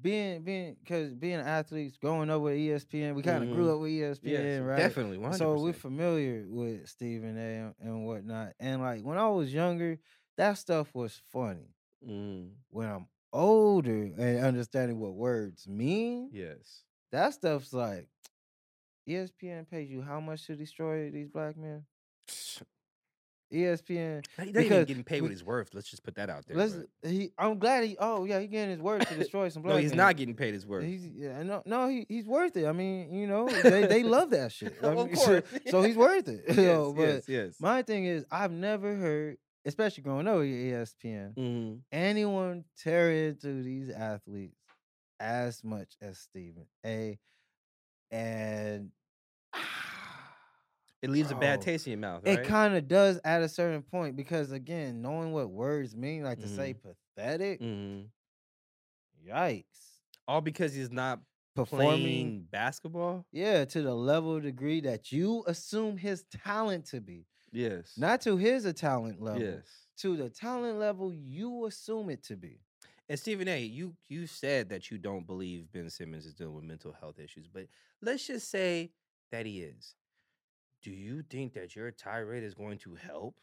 Being being cause being athletes, growing up with E ESPN, we kind of grew up with E ESPN, right?
Mm-hmm. definitely. 100%.
So we're familiar with Stephen A. and- and whatnot. And like when I was younger, that stuff was funny.
Mm,
When I'm older and understanding what words mean,
yes.
that stuff's like E ESPN pays you how much to destroy these black men? E ESPN
Now, He's not even
Because
getting paid what
we-
he's worth. Let's just put that out there.
Let's.
but-
He. I'm glad he. Oh yeah, he getting his
*laughs*
word to destroy some black.
no, he's
men.
not getting paid his worth.
He's *laughs* yeah, no, no. He, he's worth it. I mean, you know, they, they love that shit. I
Of
mean, *laughs*
course,
So, so he's worth it. *laughs* You
yes,
know, oh, but
yes, yes.
my thing is, I've never heard, especially growing up with E ESPN,
Mm,
anyone tear into these athletes as much as Stephen A. And *sighs*
it leaves a bad
Bro,
taste in your mouth.
It
right?
kind of does at a certain point because again, knowing what words mean, like to say pathetic,
Mm-hmm. Mm.
yikes.
All because he's not
performing
playing basketball.
yeah to the level of degree that you assume his talent to be
Yes.
not to his a talent level
Yes.
to the talent level you assume it to be
And Stephen A, you you said that you don't believe Ben Simmons is dealing with mental health issues, but let's just say that he is. Do you think that your tirade is going to help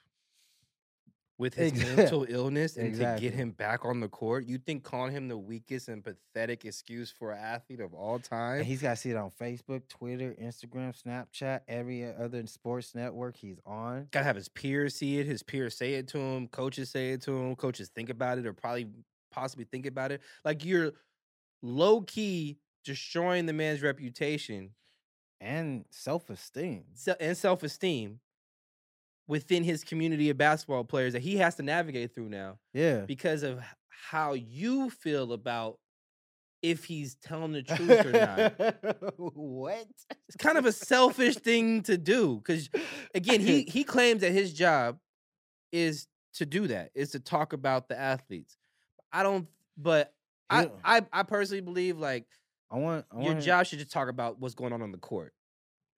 with his
Exact-
mental illness and to
exactly.
get him back on the court? You think calling him the weakest and pathetic excuse for an athlete of all time?
and he's got to see it on facebook twitter instagram snapchat every uh, other sports network he's on
gotta have his peers see it, his peers say it to him, coaches say it to him, coaches think about it or probably possibly think about it. Like you're low key destroying the man's reputation
and self esteem.
se- and self esteem within his community of basketball players that he has to navigate through now
Yeah.
because of h- how you feel about if he's
*laughs*
telling the truth or not.
what?
It's kind of a selfish thing to do because again, he he claims that his job is to do that, is to talk about the athletes. I don't, but I
Yeah.
I, I personally believe like
I want I
your
want-
job should just talk about what's going on on the court.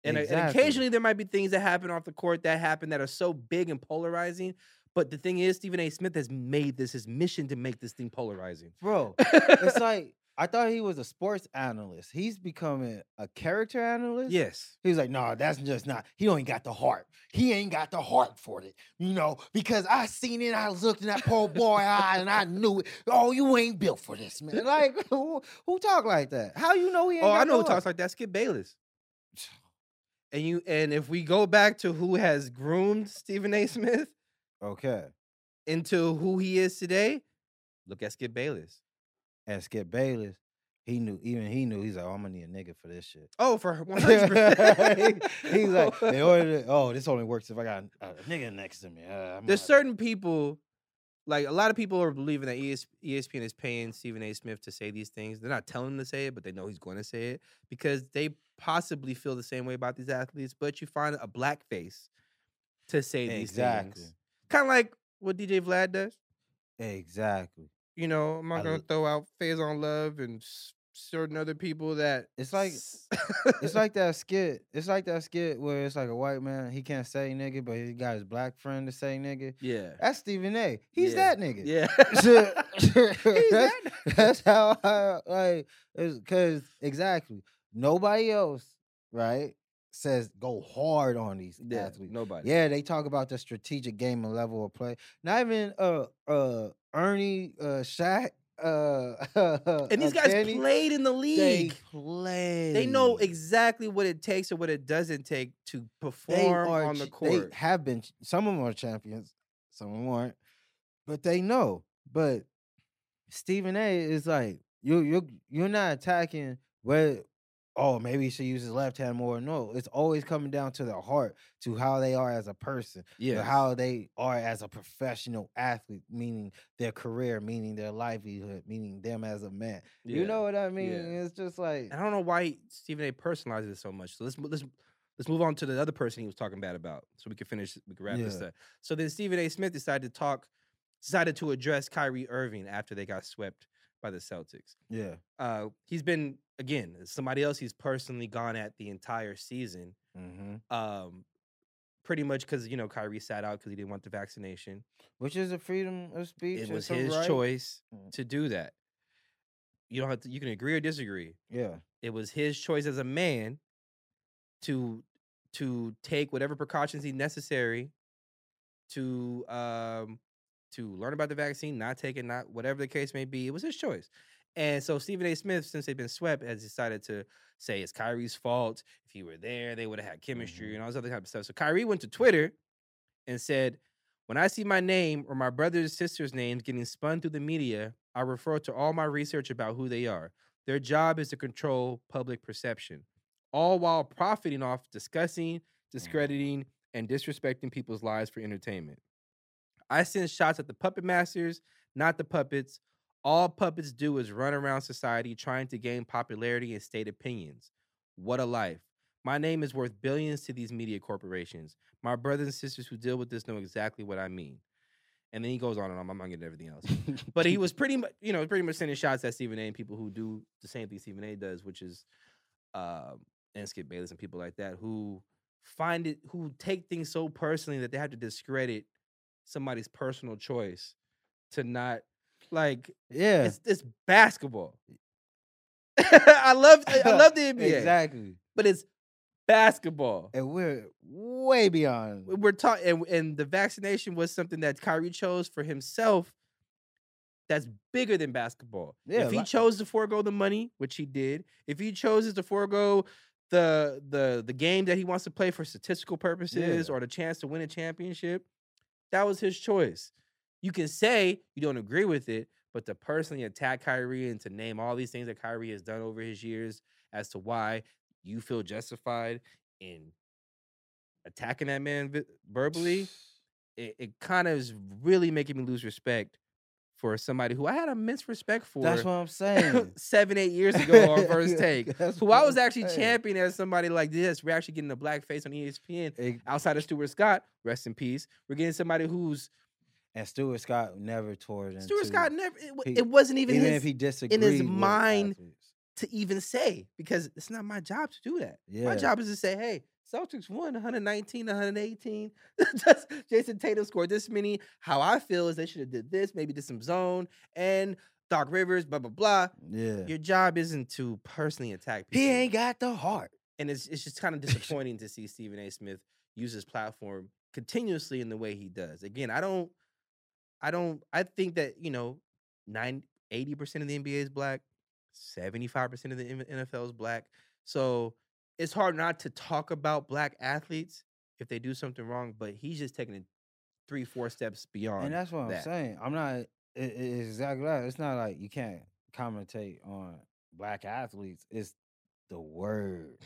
And, uh, and
Exactly.
occasionally there might be things that happen off the court that happen that are so big and polarizing. But the thing is, Stephen A. Smith has made this his mission to make this thing polarizing.
bro.
*laughs*
It's like I thought he was a sports analyst. He's becoming a character analyst.
yes.
He was like, no, that's just not. He ain't got the heart. He ain't got the heart for it. You know, because I seen it. I looked in that poor boy eye and I knew it. Oh, you ain't built for this, man. Like, *laughs* who, who talk like that? How you know he ain't
Oh,
got
I know
no
who talks like that. Skip Bayless. And you and if we go back to who has groomed Stephen A. Smith
heart? Okay.
into who he is today, look at Skip Bayless.
And Skip Bayless, he knew, even he knew, he's like, oh, I'm going to need a nigga for this shit. *laughs*
Oh, for one hundred percent.
he's *laughs* like,
*laughs*
in order to- oh, this only works if I got a nigga next to me. Uh, I'm
There's
not-
certain people, like a lot of people are believing that E ES- ESPN is paying Stephen A. Smith to say these things. They're not telling him to say it, but they know he's going to say it because they possibly feel the same way about these athletes. But you find a black face to say these
Exactly.
things, kind of like what DJ Vlad does.
Exactly.
You know, I'm
I
not going
l-
to throw out Phase on Love and s- certain other people that
It's like-
s-
It's
*laughs*
like that skit. It's like that skit where it's like a white man, he can't say nigga, but he got his black friend to say nigga.
yeah,
That's Stephen A. He's
Yeah.
that *laughs* nigga.
yeah. *laughs* He's
that's,
that-
*laughs* that's how I like because exactly nobody else right says go hard on these
Yeah, *laughs*
athletes.
nobody.
Yeah, they talk about the strategic game and level of play. Not even uh uh Ernie uh Shaq uh *laughs*
and these
uh,
guys
Kenny,
played in the
they
league.
play.
They know exactly what it takes or what it doesn't take to
They
perform
are
on the
ch- they
court.
have been ch- some of them are champions, some of them aren't. But they know. But Stephen A is like you you you're not attacking where oh maybe he should use his left hand more. No, it's always coming down to their heart, to how they are as a person.
yeah,
but how they are as a professional athlete, meaning their career, meaning their livelihood, meaning them as a man. You know what I mean?
yeah.
It's just like
And I don't know why Stephen A. personalizes it so much. So let's mo- let's let's move on to the other person he was talking bad about, so we can finish. We can wrap this
Yeah.
up. So then Stephen A. Smith decided to talk, decided to address Kyrie Irving after they got swept by the Celtics.
yeah,
Uh, he's been again somebody else he's personally gone at the entire season.
hmm
Um, pretty much because you know Kyrie sat out because he didn't want the vaccination.
which is a freedom of speech.
it
and
was
some
his
right.
choice
Mm.
to do that. You don't have to, you can agree or disagree.
Yeah,
It was his choice as a man to to take whatever precautions he necessary to um to learn about the vaccine, not take it, not whatever the case may be. It was his choice. And so Stephen A. Smith, since they've been swept, has decided to say it's Kyrie's fault. If he were there, they would have had chemistry and all this other type of stuff. So Kyrie went to Twitter and said, When I see my name or my brother's and sister's names getting spun through the media, I refer to all my research about who they are. Their job is to control public perception, all while profiting off discussing, discrediting, and disrespecting people's lives for entertainment. I send shots at the puppet masters, not the puppets. All puppets do is run around society trying to gain popularity and state opinions. What a life. My name is worth billions to these media corporations. My brothers and sisters who deal with this know exactly what I mean. And then he goes on and on. I'm not getting everything else. *laughs* But he was pretty much, you know, pretty much sending shots at Stephen A. and people who do the same thing Stephen A. does, which is, uh, and Skip Bayless and people like that who find it, who take things so personally that they have to discredit somebody's personal choice to not like
yeah,
it's it's basketball. *laughs* I love
*laughs*
I love the NBA,
exactly.
but it's basketball.
And we're way beyond.
we- we're talking and, and the vaccination was something that Kyrie chose for himself that's bigger than basketball.
Yeah,
if he
li-
chose to forego the money, which he did, if he chose to forego the the the game that he wants to play for statistical purposes
Yeah.
or the chance to win a championship, that was his choice. You can say you don't agree with it, but to personally attack Kyrie and to name all these things that Kyrie has done over his years as to why you- you feel justified in attacking that man vi- verbally,
*sighs*
it, it kind of is really making me lose respect for somebody who I had immense respect for
That's
*laughs*
what I'm saying.
seven, eight years ago
*laughs*
on first take.
That's
Who
what
I was
I'm
actually
saying.
championing as somebody like this. We're actually getting a black face on E ESPN
Ex-
outside of Stuart Scott, rest in peace. We're getting somebody who's
And Stuart Scott never tore it into.
Stuart Scott never it, wa-
he-
it wasn't even,
even
his
if he disagreed with
mind,
athletes.
to even say because it's not my job to do that. My
Yeah.
job is to say, hey, Celtics won 119, *laughs* 118. Just- Jason Tatum scored this many. How I feel is they should have did this, maybe did some zone and Doc Rivers, blah blah blah.
Yeah.
Your job isn't to personally attack people.
He ain't got the heart.
and it's it's
*laughs*
just kind of disappointing to see Stephen A. Smith use his platform continuously in the way he does. Again, I don't, I don't, I think that you know, 80 percent of the NBA is black, seventy five percent of the N- NFL is black. So it's hard not to talk about black athletes if they do something wrong. But he's just taking it three, four steps beyond.
And that's what I'm
that.
saying. I'm not it, it's exactly that. It's not like you can't commentate on black athletes. It's the word. *laughs*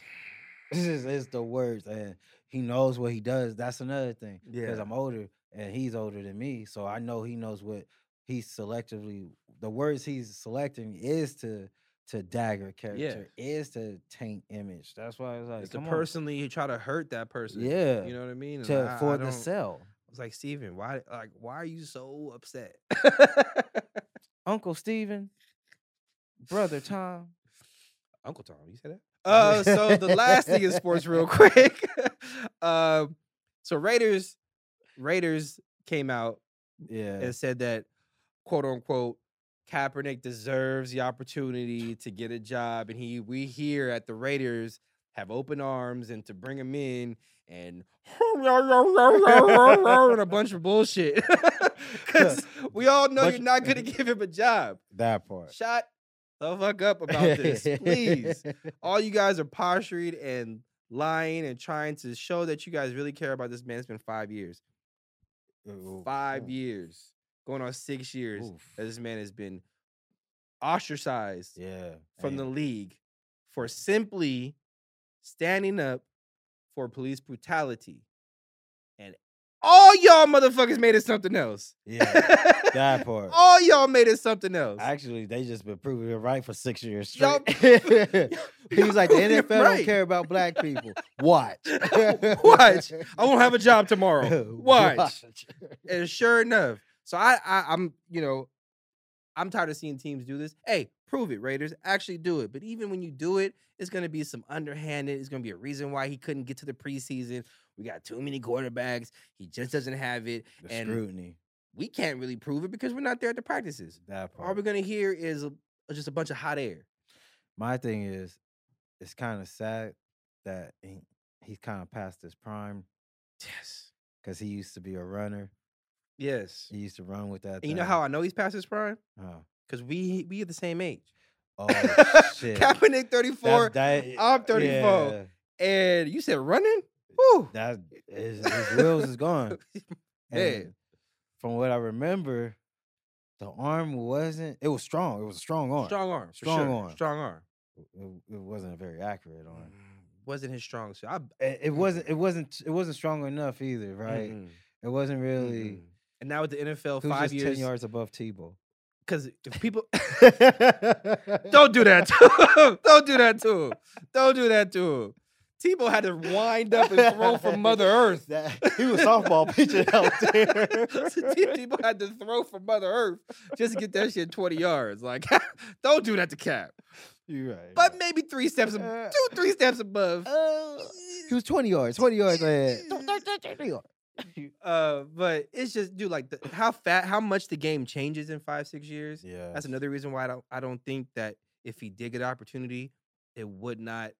It's, just- it's the words, and he knows what he does. That's another thing. Because
Yeah.
I'm older, and he's older than me, so I know he knows what he's selectively. The words he's selecting is to to dagger character, is to taint image. That's why I was like,
it's to
come on,
personally try to hurt that person.
Yeah.
you know what I mean. And
to
I- I
for the
don't-
sell.
I was like, Steven, why like why are you so upset?
Uncle Steven, brother Tom.
*laughs* Uncle Tom, you said that? *laughs* Uh so the last thing in sports *laughs* real quick. um so Raiders Raiders came out
Yeah,
and said that quote unquote Kaepernick deserves the opportunity to get a job and he we here at the Raiders have open arms and to bring him in and *laughs* and a bunch of bullshit. *laughs* Cause we all know
Bunch-
you're not gonna give him a job.
that part.
Shut the fuck up about this,
*laughs*
please. All you guys are posturing and lying and trying to show that you guys really care about this man. It's been five years,
Oh,
five years, going on six years that this man has been ostracized
Yeah,
from the
and-
league for simply standing up for police brutality. And all y'all motherfuckers made it something else.
yeah that part.
*laughs* all y'all made it something else. *laughs*
Actually, they just been proving it right for six years
Y'all-
straight. *laughs* *laughs* he was
*laughs*
like, the
Y'all
NFL don't
right.
care about black
*laughs*
people. Watch,
Watch. I won't have
*laughs*
a job tomorrow. Watch. and sure enough, so I, I I'm you know, I'm tired of seeing teams do this. Hey, prove it, Raiders. Actually do it. But even when you do it, it's gonna be some underhanded. It's gonna be a reason why he couldn't get to the preseason. We got too many quarterbacks. He just doesn't have it.
The
And-
scrutiny.
We can't really prove it because we're not there at the practices.
That
All
part.
we're gonna hear is a- just a bunch of hot air.
My thing is, it's kind of sad that he, he's kind of past his prime
Yes.
because he used to be a runner.
Yes.
He used to run with that.
And you know
thing.
how I know he's past his prime?
Oh,
Because we we are the same age. *laughs*
oh shit.
Kaepernick 34
That's- that-
I'm 34. and you said running? Whew. *laughs*
That his, his wheels is gone. And
Man.
from what I remember, the arm wasn't. It was strong. It was a strong arm.
Strong arm. for
Strong
sure.
arm.
Strong arm.
It, it wasn't a very accurate arm.
Mm-hmm. Mm, Wasn't his strong suit. I,
It, it
Mm-hmm.
wasn't. It wasn't. It wasn't strong enough either. Right.
mm-mm,
It wasn't really.
Mm-hmm.
mm-mm. And now with the NFL,
He was
Mm-hmm. five
just
years.
ten yards above Tebow.
Because
*laughs*
if people *laughs* don't do that to him, *laughs* don't do that to him, don't do that to him. Tebow had to wind up and
*laughs*
throw from Mother Earth.
That, he was softball pitching out
*laughs*
there. *laughs*
People had to throw from Mother Earth just to get that shit 20 yards. Like, *laughs* don't do that to Cap.
you right.
But
right.
maybe three steps, ab- two, three steps above.
Uh, he was twenty yards. Twenty yards ahead.
*laughs* Uh, but it's just, dude, like the, how fat, how much the game changes in five, six years.
Yeah.
That's another reason why I don't, I don't think that if he did get an opportunity, it would not,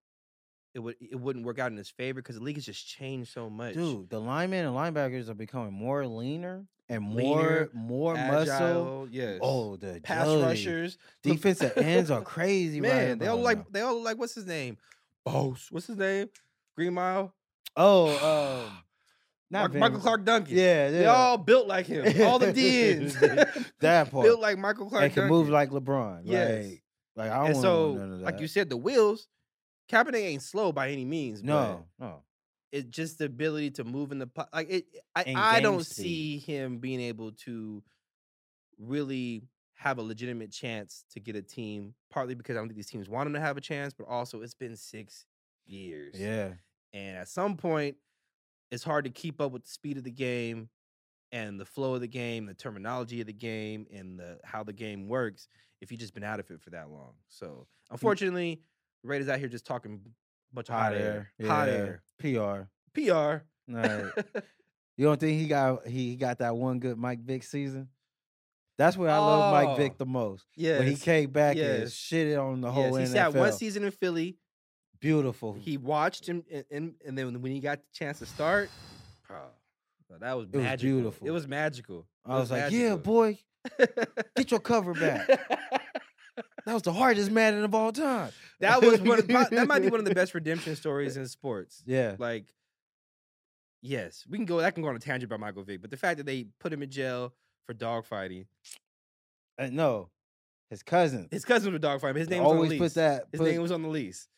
it would, it wouldn't work out in his favor because the league has just changed so much.
Dude, the linemen and linebackers are becoming more leaner and
Leaner,
more more muscle.
Agile, yes.
Oh, the
pass
agility.
rushers, *laughs* the-
defensive ends are crazy.
Man,
right
they all
about
like,
now.
they all like, what's his name? Bose. What's his name? Green Mile.
Oh, um, not
*sighs* Mark-
Van-
Michael Clark Duncan.
Yeah,
They
yeah.
all built like him.
*laughs*
All the DNs.
that part.
*laughs* built like Michael Clark
and can
Duncan.
move like LeBron.
Yes.
Yes. Like, like I don't
and
want
so,
none of that.
like you said, the wheels, Kaepernick ain't slow by any means. but
No, no.
it's just the ability to move in the po- like it. I,
And
I
game
don't see
speed.
him being able to really have a legitimate chance to get a team. Partly because I don't think these teams want him to have a chance, but also it's been six years.
Yeah.
And at some point, it's hard to keep up with the speed of the game and the flow of the game, the terminology of the game, and the how the game works if you've just been out of it for that long. So
Mm.
unfortunately, the Raiders out here just talking a bunch of hot, air. Hot
yeah,
air.
PR.
PR. *laughs*
Right. You don't think he got he got that one good Mike Vick season? That's where I love Mike
Oh,
Vick the most.
yeah.
When he came back and
yes.
shitted on the whole
he
NFL.
sat one season in Philly.
Beautiful.
He watched him, and, and, and then when he got the chance to start, oh, that was
was
magical.
beautiful.
It was magical. It
I was like, yeah,
magical.
boy, get your cover
*laughs*
back. That was the hardest man of all time.
that was one. Of, pro- that might be one of
*laughs*
the best redemption stories in sports.
Yeah.
Like, yes, we can go. I can go on a tangent about Michael Vick, but the fact that they put him in jail for dogfighting,
Uh, no. His cousin.
his cousins were dogfighting. But his name was on
always
the lease.
put that.
his
put-
name was on the lease.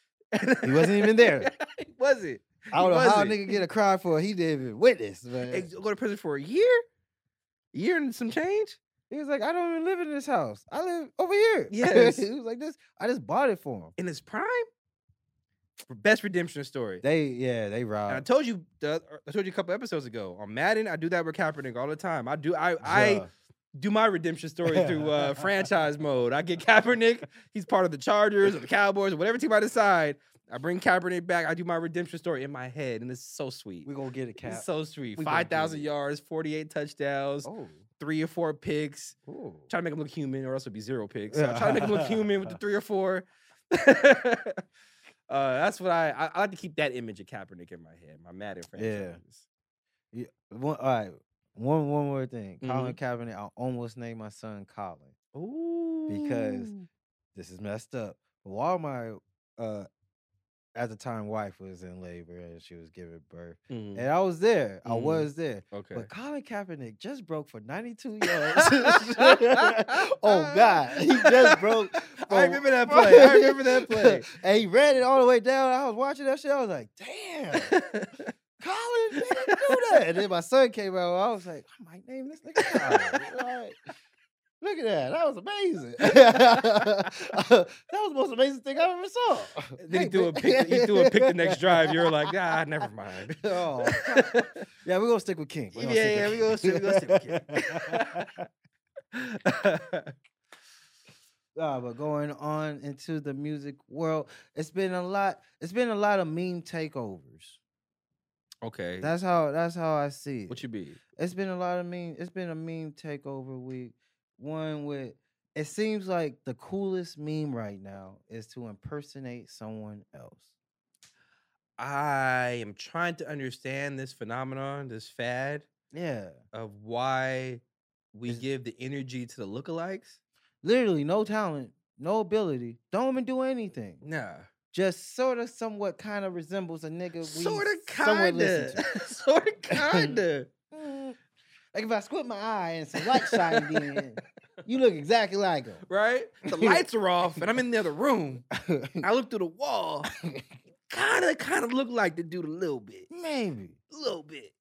he wasn't even
*laughs*
there.
he wasn't.
I don't
He
know how a
wasn't.
nigga get a cry for it. He didn't even
*laughs*
witness, man.
Ex- Go to prison for a year, a year and some change.
He was like, I don't even live in this house. I live over here. *laughs*
Yes.
he was like, this. I just bought it for him.
in his prime. For Best redemption story.
They, yeah, they
and I
robbed.
told you, the, or I told you a couple episodes ago on Madden. I do that with Kaepernick all the time. I do, I, I
Duh.
do my redemption story through
*laughs*
uh, franchise mode. I get Kaepernick. He's part of the Chargers or the Cowboys or whatever team I decide. I bring Kaepernick back. I do my redemption story in my head, and it's so sweet.
we gonna get a cap.
It's so sweet.
We gonna
Five
get
thousand
it.
yards, forty-eight touchdowns,
oh,
three or four picks.
cool.
Try to make him look human, or else it'd be zero picks. So I try to make him look human with the three or four. *laughs* Uh, that's what I, I I like to keep that image of Kaepernick in my head, my Madden
Yeah.
franchise.
Yeah, one, all right, one one more thing. Colin
Mm-hmm.
Kaepernick. I almost named my son Colin.
Ooh.
This is messed up. But while my uh, at the time wife was in labor and she was giving birth, and I was there. I
Mhm.
was there.
Mm, okay.
But Colin Kaepernick just broke for
*laughs*
92 yards. *laughs* oh God, he just broke.
I
for-
remember that play. I remember that play.
*laughs* and he ran it all the way down. I was watching that shit. I was like, damn. Colin didn't do that. And then my son came out. I was like, I might name this nigga
*laughs*
Colin. You know, like, Look at that. That was amazing. *laughs* that was the most amazing thing I ever saw.
then he
Hey,
threw a
man.
pick. He threw a pick
*laughs*
the next drive. You were *laughs* like, ah, never mind.
Oh,
*laughs*
yeah, we're gonna stick with King. We're gonna
Yeah, yeah, we gonna stick- we gonna stick with
*laughs* Nah, but going on into the music world, it's been a lot. It's been a lot of meme takeovers.
*laughs* okay.
That's how. That's how I see it.
what you be?
It's been a lot of meme. It's been a meme takeover week. One with it seems like the coolest meme right now is to impersonate someone else.
I am trying to understand this phenomenon, this fad
Yeah,
of why we
Is-
give the energy to the lookalikes.
literally no talent, no ability. Don't even do anything.
Nah,
Just sort of, somewhat, kind of resembles a nigga. we
sort of,
somewhat
kinda,
listen to.
*laughs* sort of, kinda. *laughs*
Mm. Like if I squint my eye and some light shined
*laughs*
in, you look exactly like him.
right? *laughs* The lights are off, and I'm in the other room. I look through the *laughs* wall. Kinda, kinda look like the dude a little bit,
*laughs* Maybe.
a little bit.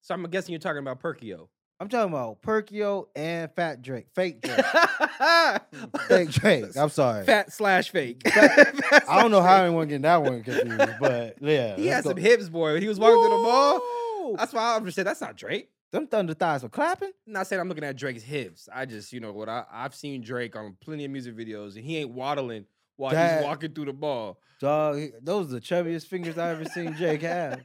So I'm guessing you're talking about *laughs* Perkio.
I'm talking about Perkio and Fat Drake. Fake Drake.
*laughs*
Fake
Hmm.
*laughs*
fake
Drake. I'm sorry.
*laughs* Fat slash fake. *laughs*
I don't know how anyone getting that one confused, but yeah.
He
let's
had some
go.
hips, boy. When he was walking through the ball,
Whoa!
that's why I understand that's not Drake.
Them thunder thighs were clapping.
I'm not saying I'm looking at Drake's hips. I just, you know what? I, I've seen Drake on plenty of music videos, and he ain't waddling while
That-
he's walking through the ball.
Dog, he- those are the chubbiest fingers I ever seen Drake
*laughs*
have.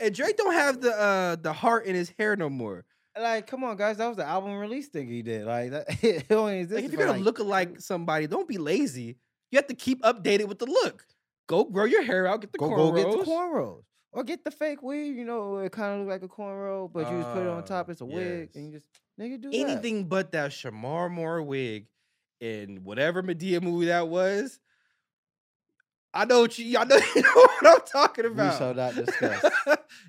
And Drake don't have the uh, the heart in his hair no more.
Like, come on, guys, that was the album release thing he did. Like, that, *laughs* it only
Like,
existed
if you're
for,
gonna
like,
look like somebody, don't be lazy. You have to keep updated with the look. Go grow your hair out, get the
go, go
cornrows.
get the cornrows or get the fake wig. You know, it kind of look like a cornrow, but you just put it on top.
Ah,
It's a wig, and you
yes.
just nigga do that.
Anything but that Shamar Moore wig in whatever Medea movie that was. I know what you. I know *laughs* you know what I'm talking
We
about. *laughs*
shall not discuss.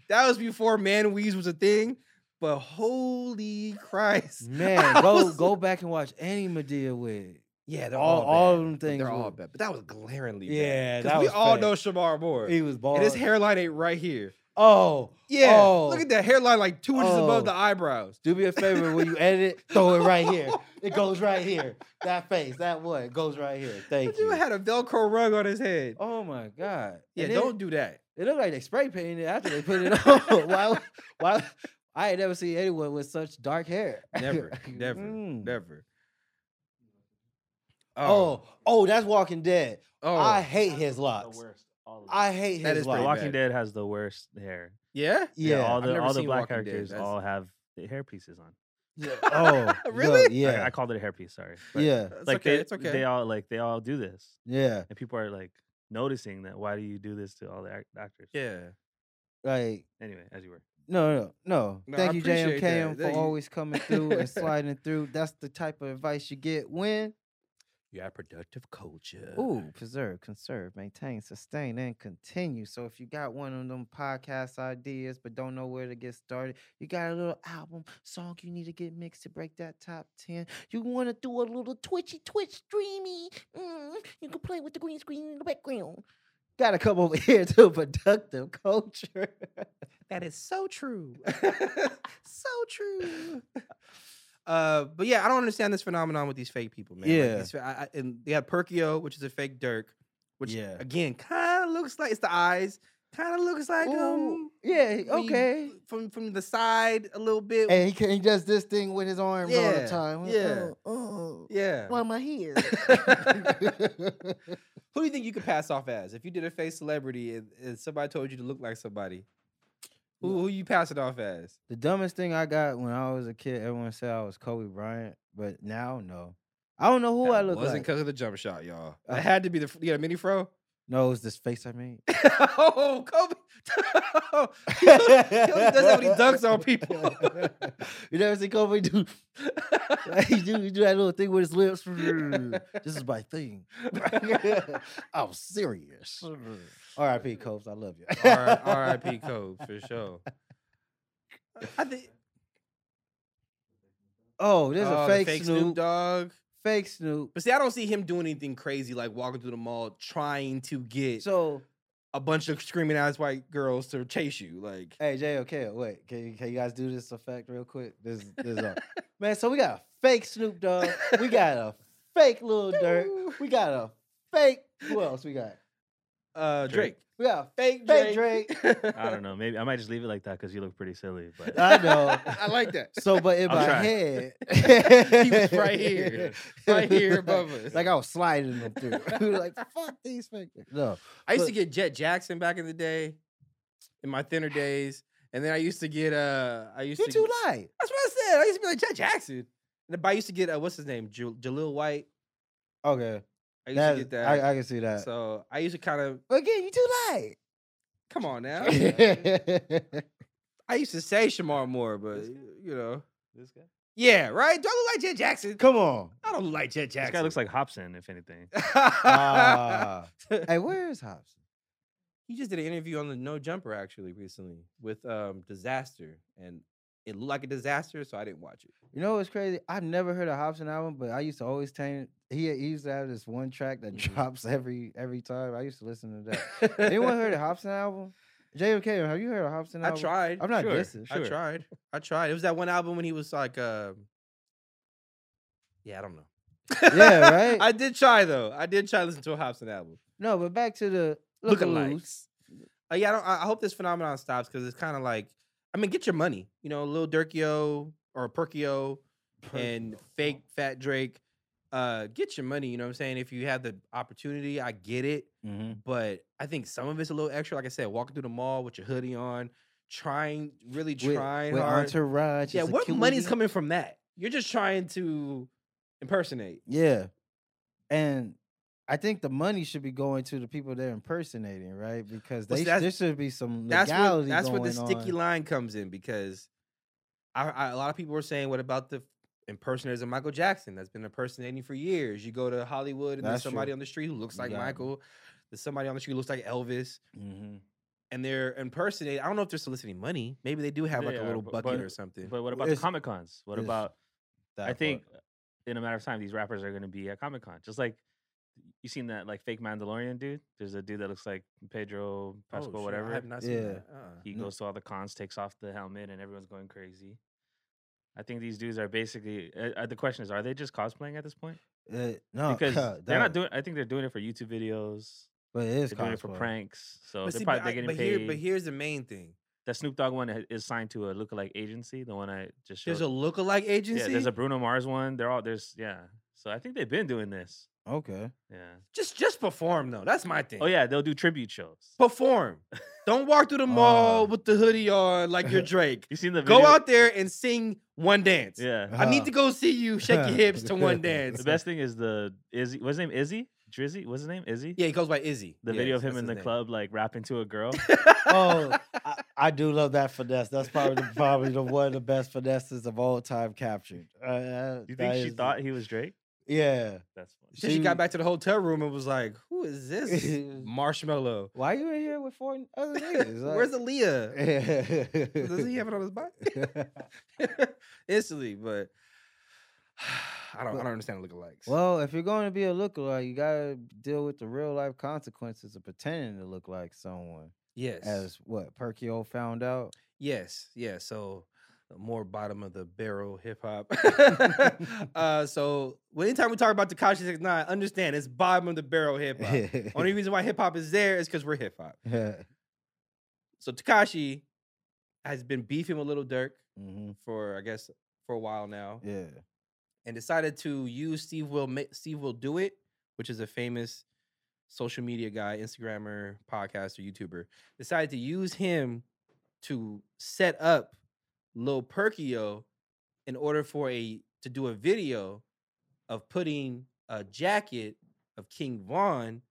that was before man weaves was a thing. But holy Christ!
Man,
I
go
Mm-hmm. *laughs*
was-
go back and watch any Medea wig.
Yeah, they're
all,
all,
all of
bad.
them things.
They're all
were-
bad, but that was glaringly
Yeah,
bad.
that
we
was
all
fake.
know Shamar Moore,
He was bald.
and his hairline ain't right here.
Oh,
Yeah,
Oh.
look at that hairline, like two inches above
Oh.
the eyebrows.
do me a favor when you edit, it, throw it right here. It goes right here. That face, that one goes right here.
That
Thank
dude
you.
had a Velcro rug on his head.
oh my god.
yeah,
And
don't
*laughs*
do that.
It looked like they spray painted it after they put *laughs* it on. why? would- Why? I ain't never seen anyone with such dark hair.
Never, never,
Mm.
never.
Oh, oh, that's Walking Dead.
oh,
I hate his locks. I hate
That
his
is pretty
locks.
bad.
Walking Dead has the worst hair.
yeah.
Yeah.
all
I've
the
never
all the
seen
black
Walking Dead,
characters
that's-
all have the hair pieces on.
*laughs*
Yeah.
*laughs*
Oh, yo,
Really?
I-
yeah.
I, called it a hair piece. Sorry. But,
yeah.
It's
like
okay.
they,
it's okay.
they all like they all do this,
Yeah.
and people are like noticing that. Why do you do this to all the ac- actors?
yeah.
Like
Anyway, as you were.
No, no, no.
No, I
Thank you, JMKM,
appreciate that. That
for
you-
always coming through
*laughs*
and sliding through. That's the type of advice you get when
You have productive culture.
ooh, preserve, conserve, maintain, sustain, and continue. So if you got one of them podcast ideas but don't know where to get started, you got a little album song you need to get mixed to break that top ten. You want to do a little twitchy twitch streamy. Mm, you can play with the green screen in the background. Got to come over *laughs* here to productive culture.
That is so true. *laughs* so true. Uh, but yeah, I don't understand this phenomenon with these fake people, man. Like,
Yeah.
these fa- I, I, and they have Perkio, which is a fake Dirk, which
Yeah.
again kind of looks like it's the eyes, kind of looks like um,
Ooh, Oh, yeah,
when you-
okay.
from from the side a little bit.
And he, can, he does this thing with his arms all
Yeah,
the time.
yeah.
Oh,
yeah.
why am I
*laughs*
here?
Who do you think you could pass off as if you did a fake celebrity and, and somebody told you to look like somebody? Who who you pass it off as?
the dumbest thing I got when I was a kid, everyone said I was Kobe Bryant, but now no. I don't know who I
That
look
wasn't
like.
because of the jump shot, y'all.
Uh,
It had to be the fr- you got a mini fro.
no, it's this face I made.
*laughs* oh, Kobe. *laughs* he does that when he dunks on people.
*laughs* you never see Kobe do, *laughs* he do he do that little thing with his lips. *laughs* this is my
*laughs*
thing. *laughs* I'm serious. R.I.P. Kobe, I love you.
*laughs* R- R.I.P. Kobe for sure. I think
Oh, there's
oh,
a
the
fake, Snoop,
Dogg.
fake Snoop.
But see, I don't see him doing anything crazy like walking through the mall trying to get
So
a bunch of screaming ass white girls to chase you. Like,
Hey Jay, okay, wait, can you, can you guys do this effect real quick? This this
*laughs*
uh, man. So we got a fake Snoop Dogg, we got a fake
*laughs*
Lil Durk, we got a fake. Who else we got?
uh, Drake.
Drake.
We got a
Fake
Fake
*laughs*
I don't know. Maybe I might just leave it like that because you look pretty silly. But
I know.
I like that.
fake. So, but in
I'll
my
try.
head,
*laughs* He was
*laughs*
right here. Right here above us.
Like I was sliding them through. *laughs* like fuck these fake. No,
I used to
Look.
get Jet Jackson back in the day, in my thinner days, and then I used to get uh, I used
you
to.
too
get-
light.
That's what I said. I used to be like Jet Jackson. And I used to get uh, what's his name, Jal- Jaleel White.
Okay,
I used
that,
to get that.
I, I can see that.
so I used to kind of
but again, you too light.
come on
*laughs*
now.
yeah,
I used to say Shamar Moore, but you know,
this guy,
yeah, right. Do I look like Jet Jackson?
*laughs* come on.
I don't look like Jet
this
Jackson.
guy looks like Hobson, if anything.
*laughs*
Ah. hey, where is Hobson?
He just did an interview on the No Jumper actually recently with um Disaster, and it looked like a disaster, so I didn't watch it.
You know what's crazy? I've never heard a Hobson album, but I used to always tame. He, he used to have this one track that *laughs*
Mhm.
drops every every time. I used to listen to
*laughs*
that. *laughs* Anyone heard a Hobson album? JFK, have you heard a Hobson
I
album?
tried.
I'm not
sure.
dissing,
I
sure. *laughs*
tried. I tried. It was that one album when he was like, uh, yeah, I don't know. *laughs*
Yeah, right?
I did try though. I did try to listen to a Hobson album.
No, but back to the
Look
lookalikes.
Uh, yeah, I, don't, I I hope this phenomenon stops because it's kind of like, I mean, get your money. You know, Lil Durkio or Perkio and fake Fat Drake. Uh, get your money. You know what I'm saying? If you have the opportunity, I get it.
Mhm.
But I think some of it's a little extra. Like I said, walking through the mall with your hoodie on, trying, really
With,
trying
with
hard.
entourage.
Yeah,
and
what money's
security.
coming from that? You're just trying to impersonate.
Yeah. And I think the money should be going to the people they're impersonating, right? Because
Well,
they
see,
sh-
that's-
there should be some
That's
legality
where, that's where
going
the sticky
on.
line comes in because I, I, a lot of people were saying, "What about the impersonators of Michael Jackson that's been impersonating for years?" You go to Hollywood and there's
That's
somebody
true.
on the street who looks
You
like
got it.
Michael. There's somebody on the street who looks like Elvis,
Mhm.
and they're impersonating. I don't know if they're soliciting money. Maybe they do have like
Yeah,
a little
bu-
bucket
but- oh,
or something.
But what about
It's-
the comic cons? What
it's
about?
That
I
part.
think in a matter of time, these rappers are going to be at Comic Con. Just like you seen that like fake Mandalorian dude. There's a dude that looks like Pedro
Oh,
Pascal,
shit, I
whatever.
have not seen
Yeah.
that. Uh-uh.
He
No.
goes to all the cons, takes off the helmet, and everyone's going crazy. I think these dudes are basically. Uh, uh, the question is, are they just cosplaying at this point?
Uh, no, *laughs*
*laughs*
because they're
that-
not doing. I think they're doing it for YouTube videos.
But it is
They're doing it for
cosplay.
pranks. So
But
they're
see,
probably
but,
they're
I-
getting
but
paid.
here, but here's the main thing.
that Snoop Dogg one i- is signed to a lookalike agency. The one I just showed.
There's a lookalike agency.
yeah. There's a Bruno Mars one. They're all there's yeah. So I think they've been doing this. *laughs*
Okay.
Yeah.
just just perform though. That's my thing.
Oh yeah, they'll do tribute shows.
perform. Don't walk
*laughs*
through the mall
Oh.
with the hoodie on like you're Drake.
You seen the video?
Go out there and sing one dance. *laughs*
*laughs* Yeah.
I need to
*laughs*
go see you shake your hips to one dance.
The best thing is the Izzy. What's his name? Izzy? Drizzy? What's his name? Izzy?
Yeah, he goes by Izzy.
The
Yes,
video of him
that's his
in the
name.
club, like rapping to
*laughs*
a girl.
Oh, I, I do love that finesse. That's probably the, probably the, one of the best finesses of all time captured. Uh, Uh,
You
that
think she
is-
thought he was Drake?
Yeah.
*laughs*
That's funny.
Then she got
Dude.
back to the hotel room and was like, "Who is
*laughs*
this marshmallow?
Why you in here with four other
*laughs*
niggas?
*laughs*
Where's Aaliyah?
the?
*laughs*
Does he have it on his body?" *laughs*
*laughs*
Instantly, but *sighs* I don't. I
But-
don't understand the lookalikes.
Well, if you're going to be a lookalike, you gotta deal with the real life consequences of pretending to look like someone.
yes,
As what Perkio found out.
Yes, yeah. So uh, more bottom of the barrel hip hop. *laughs* uh, so well, anytime we talk about Takashi Six Nine, understand it's bottom of the barrel
*laughs*
hip hop. Only reason why hip hop is there is because we're hip hop. So Takashi has been beefing with Little Dirk
hmm
for I guess for a while now,
Yeah.
and decided to use Steve Will Ma- Steve Will Do It, which is a famous social media guy, Instagrammer, podcaster, YouTuber. Decided to use him to set up Lil Perkio in order for a to do a video of putting a jacket of King Vaughn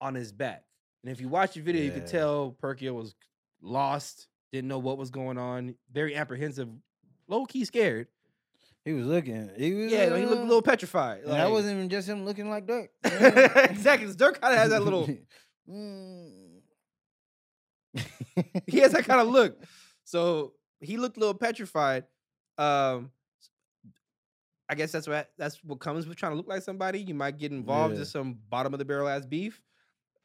on his back. And if you watch the video, you could
Yeah.
tell Perkio was lost, didn't know what was going on, very apprehensive, low key scared.
He was looking. He was
Yeah, like, he looked a
uh,
little petrified.
and that
like- *laughs*
wasn't even just him looking like Dirk.
exactly. 'cause Dirk kind of has
*laughs*
that little.
Mm.
*laughs* He has that kind of look. So he looked a little petrified. Um, I guess that's what that's what comes with trying to look like somebody. You might get involved
Yeah.
in some bottom of the barrel ass beef.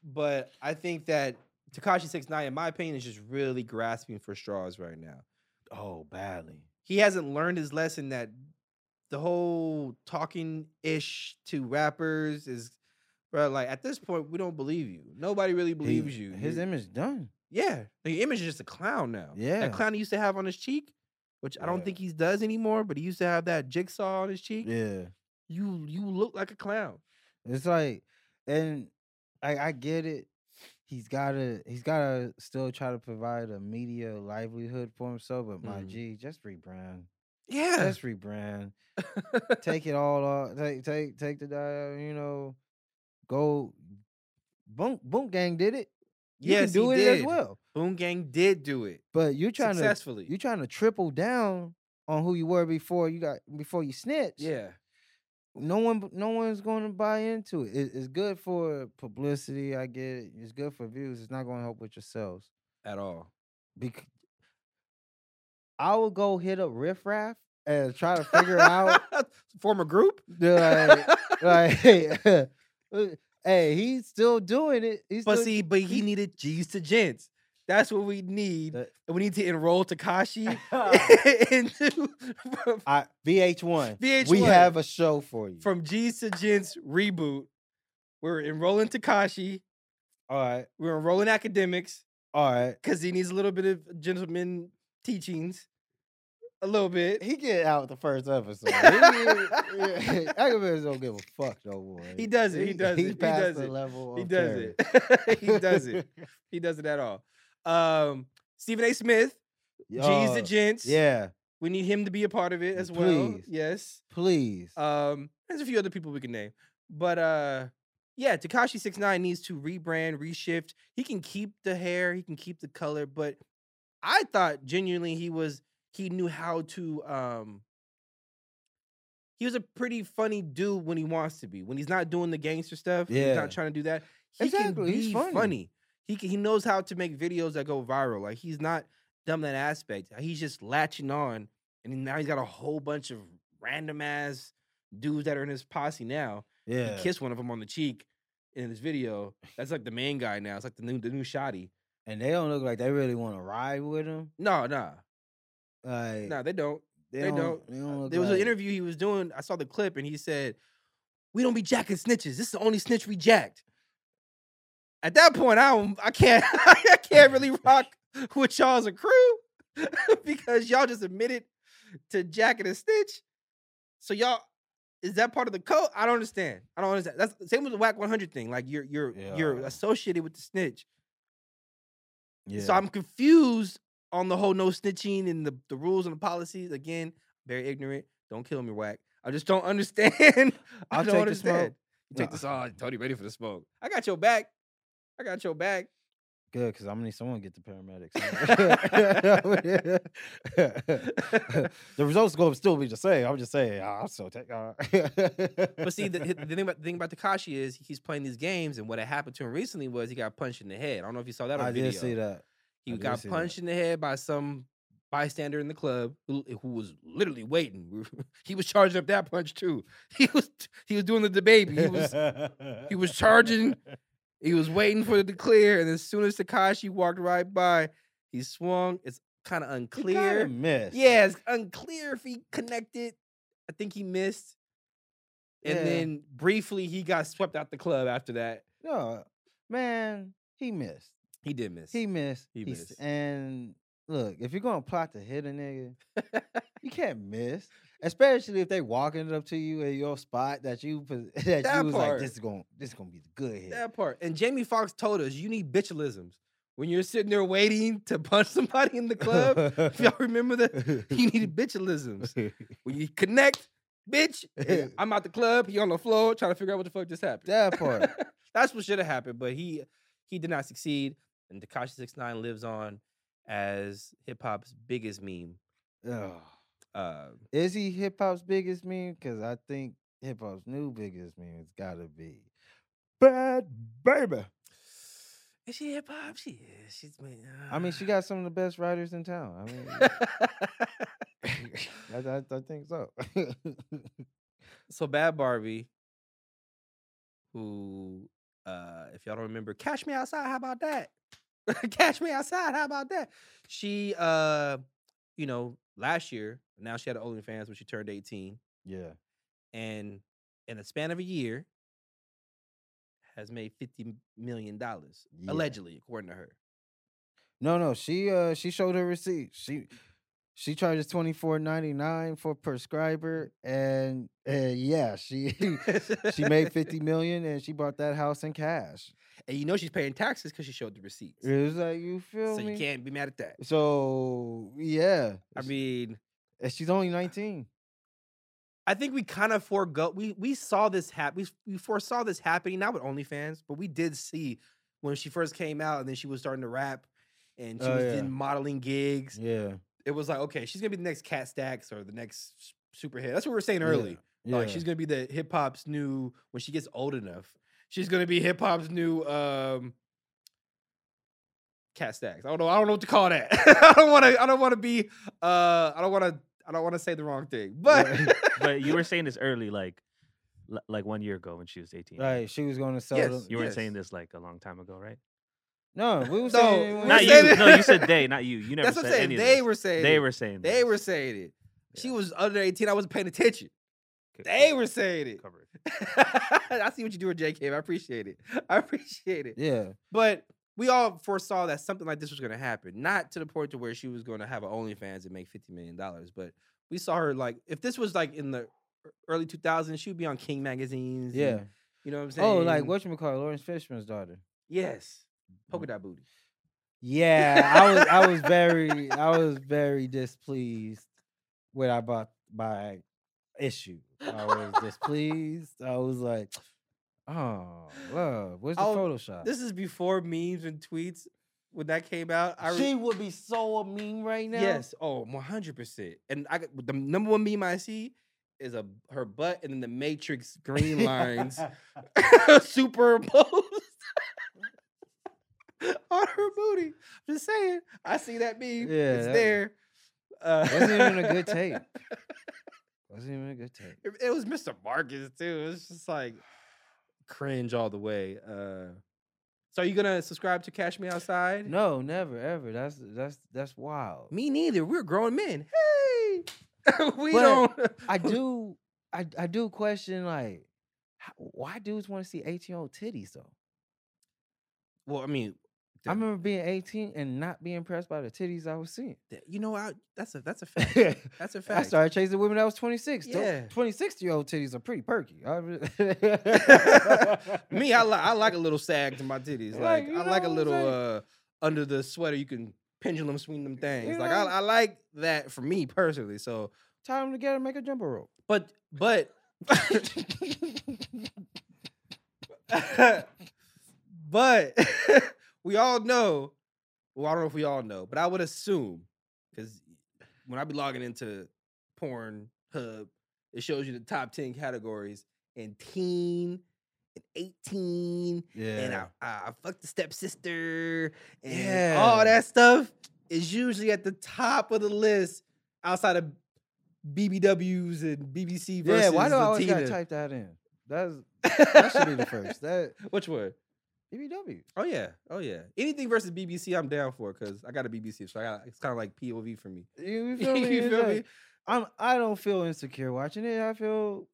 But I think that Takashi Six Nine, in my opinion, is just really grasping for straws right now.
Oh, badly.
He hasn't learned his lesson that the whole talking ish to rappers is, bro. Like at this point, we don't believe you. Nobody really
*laughs*
believes
He-
you.
His
You're-
image done.
Yeah, the image is just a clown now.
Yeah.
that clown he used to have on his cheek, which I don't
Yeah.
think he does anymore. But he used to have that jigsaw on his cheek.
Yeah.
You you look like a clown.
It's like, and I, I get it. He's gotta he's gotta still try to provide a media livelihood for himself. But my
Mhm.
G, just rebrand.
Yeah, *laughs*
Just rebrand. take it all off. Take take take the dial. You know, go. Boom boom gang did it. You
yes,
can do
he
it
did.
as well.
Boom Gang did do it
But you're trying to
successfully.
you're trying to triple down on who you were before you got before you snitched.
yeah,
no one b- no one's going to buy into it. it it's good for publicity i get it it's good for views it's not going to help with yourselves
at all.
Bec- i will go hit up riff raff and try to figure
*laughs*
out
former group.
like, like *laughs* hey, he's still doing it he's
*laughs* but
still
see, but he needed G's to gents. That's what we need.
That-
and we need to enroll
*laughs*
Takashi *laughs* into
I, vh1 we
VH1.
have a show for you
from G's to Gents reboot. We're enrolling Takashi.
all right
We're enrolling academics
all right
because he needs a little bit of gentleman teachings. A little bit.
he get out the first
*laughs*
episode. He, *laughs* he, yeah, Ackerman don't give a fuck no more.
He does it, he does it,
He
he
passed
does
the
it,
level.
He
of
does
terror.
it. *laughs* he
*laughs*
does it. He does it at all. Um, Stephen A. Smith, G's
Yo,
to Gents.
Yeah,
We need him to be a part of it as well.
Please.
Yes.
please.
Um, there's a few other people we can name, but uh, yeah, Takashi Six Nine needs to rebrand, reshift. He can keep the hair, he can keep the color, but I thought genuinely he was he knew how to um. He was a pretty funny dude when he wants to be. When he's not doing the gangster stuff, when he's
Yeah.
not trying to do that. He
Exactly,
can be
he's funny.
He can, he knows how to make videos that go viral. Like he's not dumb in that aspect. He's just latching on, and now he's got a whole bunch of random ass dudes that are in his posse now.
Yeah.
He kissed one of them on the cheek in this video. That's like the main guy now. It's like the new the new shoddy.
and they don't look like they really want to ride with him.
No, nah,
Like
nah, they don't. they don't- Uh,
They don't look
There was an
like-
interview he was doing. I saw the clip and he said, "We don't be jacking snitches. This is the only snitch we jacked." At that point, I don't- I can't *laughs* I can't really rock with y'all as a crew *laughs* because y'all just admitted to jacking a snitch. So y'all is that part of the code? I don't understand. I don't understand. That's the same with the whack 100 thing. Like you're you're you're
Yeah.
associated with the snitch.
Yeah.
So I'm confused on the whole no snitching and the, the rules and the policies. Again, very ignorant. Don't kill me, whack. I just don't *laughs* understand. I
I'll take the
don't
smoke.
understand. You take
No.
this all, Tony, ready for the smoke. I got your back. I got your back.
Good, because I'm gonna need someone to get the paramedics. *laughs* the results gonna still be the same. I'm just saying, I'll still take. Uh,
But
*laughs*
see, the, the thing about the thing about Takashi is he's playing these games, and what had happened to him recently was he got punched in the head. I don't know if you saw that on
I
video.
did see that. I
He
did
got
see that.
punched in the head by some bystander in the club who, who was literally waiting. *laughs* He was charging up that punch too. He was he was doing the, the baby. He was he
*laughs*
was charging. He was waiting for it to clear, and as soon as Takashi walked right by, he swung. It's kind of
clear.
unclear.
Miss.
Yeah, it's unclear if he connected. I think he missed. And
Yeah.
then briefly, he got swept out the club after that.
No, man, he missed.
He did miss.
He missed.
He
He's-
missed.
And look, if you're gonna plot to hit a
*laughs*
nigga, you can't miss. Especially if they walking it up to you in your spot that you pos- *laughs* that,
That
you was
part.
like, this is gonna this is gonna be the good hit.
that part. And Jamie Foxx told us you need bitchalisms. When you're sitting there waiting to punch *laughs* somebody in
*laughs*
the club, *laughs* if y'all remember that, you need bitchalisms. When you connect, bitch, eh,
*laughs*
I'm out the club. He on the floor trying to figure out what the fuck just happened.
that part.
*laughs* That's what should have happened, but he he did not succeed. And Takashi 69 lives on as hip hop's biggest meme.
Ugh.
Uh,
Is he hip hop's biggest meme? Because I think hip hop's new biggest meme has gotta be Bad Baby.
is she hip hop? She is. She's uh, man.
I mean, she got some of the best writers in town. I mean, I, I, I think so.
*laughs*
*laughs*
so bad Barbie, who uh, if y'all don't remember, Cash Me Outside, how about that? *laughs* Cash Me Outside, how about that? She uh, you know, last year, now she had an OnlyFans when she turned 18.
yeah.
and in the span of a year has made 50 million dollars
Yeah.
allegedly according to her
No, no, she uh she showed her receipt. She she charges twenty four ninety nine for prescriber, and uh, yeah, she *laughs* she made fifty million, and she bought that house in cash.
*laughs* and you know she's paying taxes because she showed the receipts
It was like you feel
so
me.
you can't be mad at that
So yeah,
i mean
and she's only nineteen.
i think we kind of forego we we saw this happen we, we foresaw this happening not with onlyfans but we did see when she first came out and then she was starting to rap and she
Oh,
was
yeah.
in modeling gigs
Yeah,
it was like okay she's gonna be the next cat stacks or the next s- super hit that's what we were saying
Yeah.
early
yeah.
Like Oh, she's gonna be the hip hop's new when she gets old enough. She's gonna be hip hop's new um cat stacks. I don't know. I don't know what to call that. *laughs* I don't wanna I don't wanna be uh I don't wanna I don't wanna say the wrong thing. *laughs* But
Right.
But you were saying this early, like l- like one year ago when she was 18. right?
right. She was going to sell.
Yes,
them.
You weren't saying
Yes.
this like a long time ago, right?
No, we *laughs* were
No,
saying. it
we
when-
were
Not you.
saying
*laughs*
it.
No,
*laughs*
you said they, not you. You never
that's what
said
I'm saying.
any of
They
this.
were saying
they
it.
were saying
they
this.
were saying it. She
Yeah.
was under 18, I wasn't paying attention.
Okay,
They
cool.
were saying it.
covered.
*laughs* I see what you do with JK. I appreciate it. I appreciate it.
Yeah,
But we all foresaw that something like this was going to happen. Not to the point to where she was going to have an OnlyFans and make fifty million dollars, but we saw her like if this was like in the ear- early 2000s, she would be on King magazines. and-
yeah.
you know what I'm saying.
Oh, like what Mm-hmm. you call Lawrence Fishman's daughter.
Yes, polka dot booty.
Yeah, I was I was very I was very displeased when I bought my issue. I was displeased. I was like, oh love, where's the
I'll-
Photoshop?
This is before memes and tweets when that came out. I re-
she would be so mean right now.
yes, oh, 100 percent. And I got- the number one meme I see is a her butt and then the Matrix green lines *laughs* superimposed *laughs* on her booty. Just saying, I see that meme.
Yeah,
it's
that-
there. Uh, *laughs*
Wasn't even a good tape. Wasn't even a good tape.
It, it was Mr. Marcus too. It's just like cringe all the way. Uh, so are you gonna subscribe to Cash Me Outside?
No, never, ever. That's that's that's wild.
me neither. We're grown men. Hey, *laughs* we
But
don't. *laughs*
I do, I I do question like, how, why dudes want to see eighteen year old titties though?
Well, I mean,
I
Dude.
remember being eighteen and not being impressed by the titties I was
*laughs*
seeing.
th- you know, I, that's a that's a fact.
*laughs*
That's a fact.
I started chasing women that was twenty six.
Yeah.
twenty six year old titties are pretty perky. I re-
*laughs*
*laughs*
Me, I like I like a little sag to my titties. Like,
Like, you
I like
know
a
what I'm
little
saying?
uh under the sweater. You can pendulum swing them things.
You
Like I,
know?
I like that for me personally. So,
tie them together, make a jumbo
*laughs*
rope.
but but *laughs* but *laughs* we all know. Well, I don't know if we all know, but I would assume because when I be logging into Pornhub, it shows you the top ten categories and teen and eighteen
Yeah.
and I, I I fucked the stepsister and
Yeah.
all that stuff is usually at the top of the list outside of BBWs and BBC versus
Yeah, why do I always
Latina.
gotta
*laughs*
type that in? That's that should be the first. That E
Which one?
BBW.
Oh yeah, oh yeah. Anything versus BBC, I'm down for because I got a BBC, so I got it's kind of like POV for me.
You, you feel me?
You
It's
feel
like,
me?
I'm I don't feel insecure watching it. I feel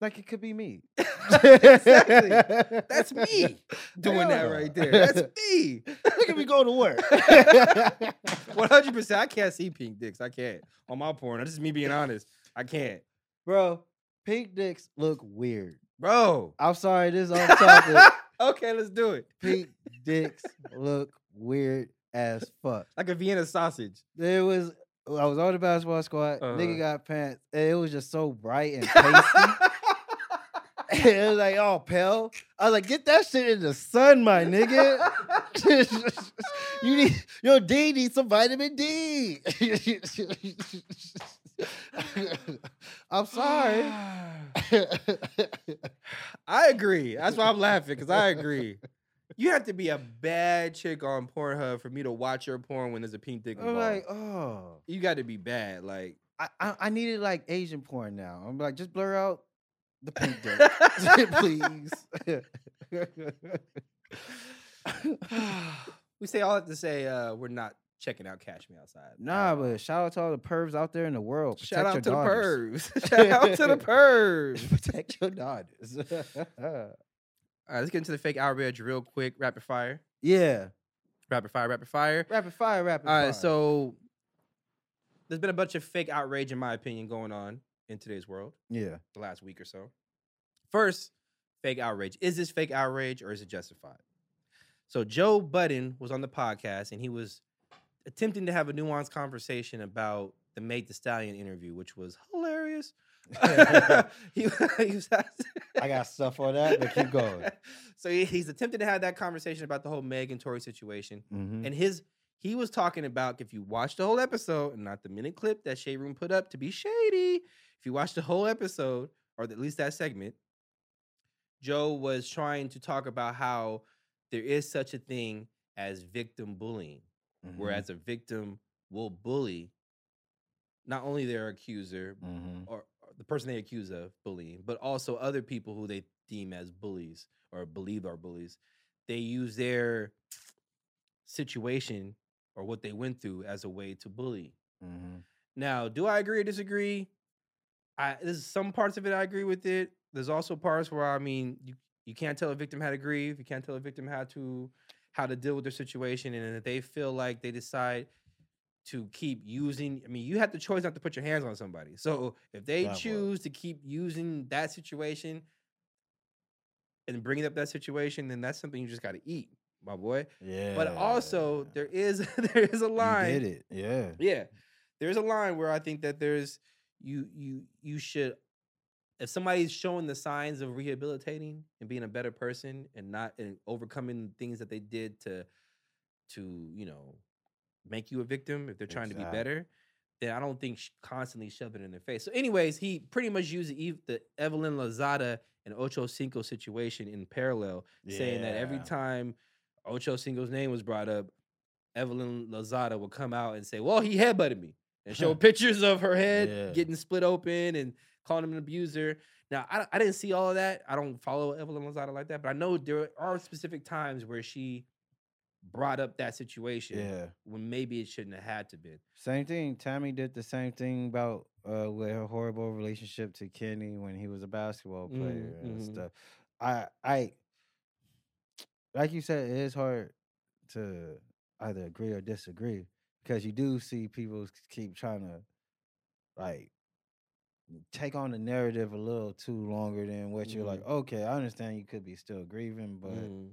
like it could be me. *laughs*
exactly. That's *laughs* me doing
Hell
that
no.
*laughs* right there. That's me.
Look at me go to work.
One hundred percent. I can't see pink dicks. I can't on my porn. This is me being honest. I can't,
*laughs* Bro, pink dicks look weird.
bro.
I'm sorry, this is off topic.
okay, let's do it.
pink dicks look weird as fuck.
Like a Vienna sausage.
There was oh, I was on the basketball squad,
Uh-huh.
nigga got pants, and it was just so bright and pasty. *laughs* it was like, oh, pale. I was like, get that shit in the sun, my nigga. *laughs* you need your D needs some vitamin D. *laughs* I'm sorry.
*laughs* I agree. That's why I'm laughing because I agree. You have to be a bad chick on Pornhub for me to watch your porn when there's a pink dick
I'm
involved.
like, oh,
you got to be bad, like.
*laughs* I, I I needed like Asian porn now. I'm like, just blur out the pink dick, *laughs* please.
*laughs* we say all that to say uh, we're not checking out Cash Me Outside.
nah,
Uh,
but shout out to all the pervs out there in the world.
shout out to
Protect
the
your daughters. *laughs*
pervs. *laughs* shout out to the pervs.
Protect your daughters. *laughs*
All right, let's get into the fake outrage real quick. Rapid fire,
yeah.
rapid fire, rapid fire.
Rapid fire, rapid
All
fire.
right, so there's been a bunch of fake outrage, in my opinion, going on in today's world,
yeah. *laughs*
the last week or so. First, fake outrage. Is this fake outrage or is it justified? So Joe Budden was on the podcast and he was attempting to have a nuanced conversation about the Mate the Stallion interview, which was
*laughs*
hilarious. *laughs* he, he was asked-
I got stuff on that, but keep going.
*laughs* so he- he's attempting to have that conversation about the whole Meg and Tory situation.
Mm-hmm.
And his he was talking about if you watch the whole episode and not the minute clip that Shade Room put up to be shady, if you watch the whole episode, or at least that segment, Joe was trying to talk about how there is such a thing as victim bullying, whereas a victim will bully not only their accuser
mm-hmm.
or or the person they accuse of bullying, but also other people who they deem as bullies or believe are bullies, they use their situation or what they went through as a way to bully.
Mm-hmm.
Now, do I agree or disagree? I there's some parts of it I agree with it. There's also parts where I mean you, you can't tell a victim how to grieve, you can't tell a victim how to how to deal with their situation, and if they feel like they decide to keep using, I mean, you have the choice not to put your hands on somebody. So if they
That was-
choose to keep using that situation and bringing up that situation, then that's something you just got to eat, my boy.
mm-hmm. Yeah.
But also, there is *laughs* there is a line.
You did it. Yeah.
Yeah. There's a line where I think that there's you you you should if somebody's showing the signs of rehabilitating and being a better person and not and overcoming things that they did to to, you know, make you a victim if they're trying to be
Exactly.
better, then I don't think sh- constantly shove it in their face. So anyways, he pretty much used the, Eve- the Evelyn Lozada and Ocho Cinco situation in parallel saying that every
Yeah.
time Ocho Cinco's name was brought up, Evelyn Lozada
*laughs*
would come out and say, "Well, he headbutted me," and show pictures of her head
Yeah.
getting split open and calling him an abuser. Now, I, I didn't see all of that. I don't follow Evelyn Lozada like that, but I know there are specific times where she brought up that situation
Yeah.
when maybe it shouldn't have had to been.
Same thing. Tammy did the same thing about uh, with her horrible relationship to Kenny when he was a basketball
Mhm,
player and
mhm.
stuff. I I like you said, it is hard to either agree or disagree because you do see people s- keep trying to like take on the narrative a little too longer than what you're
Mm-hmm.
like. Okay, I understand you could be still grieving, but
Mhm.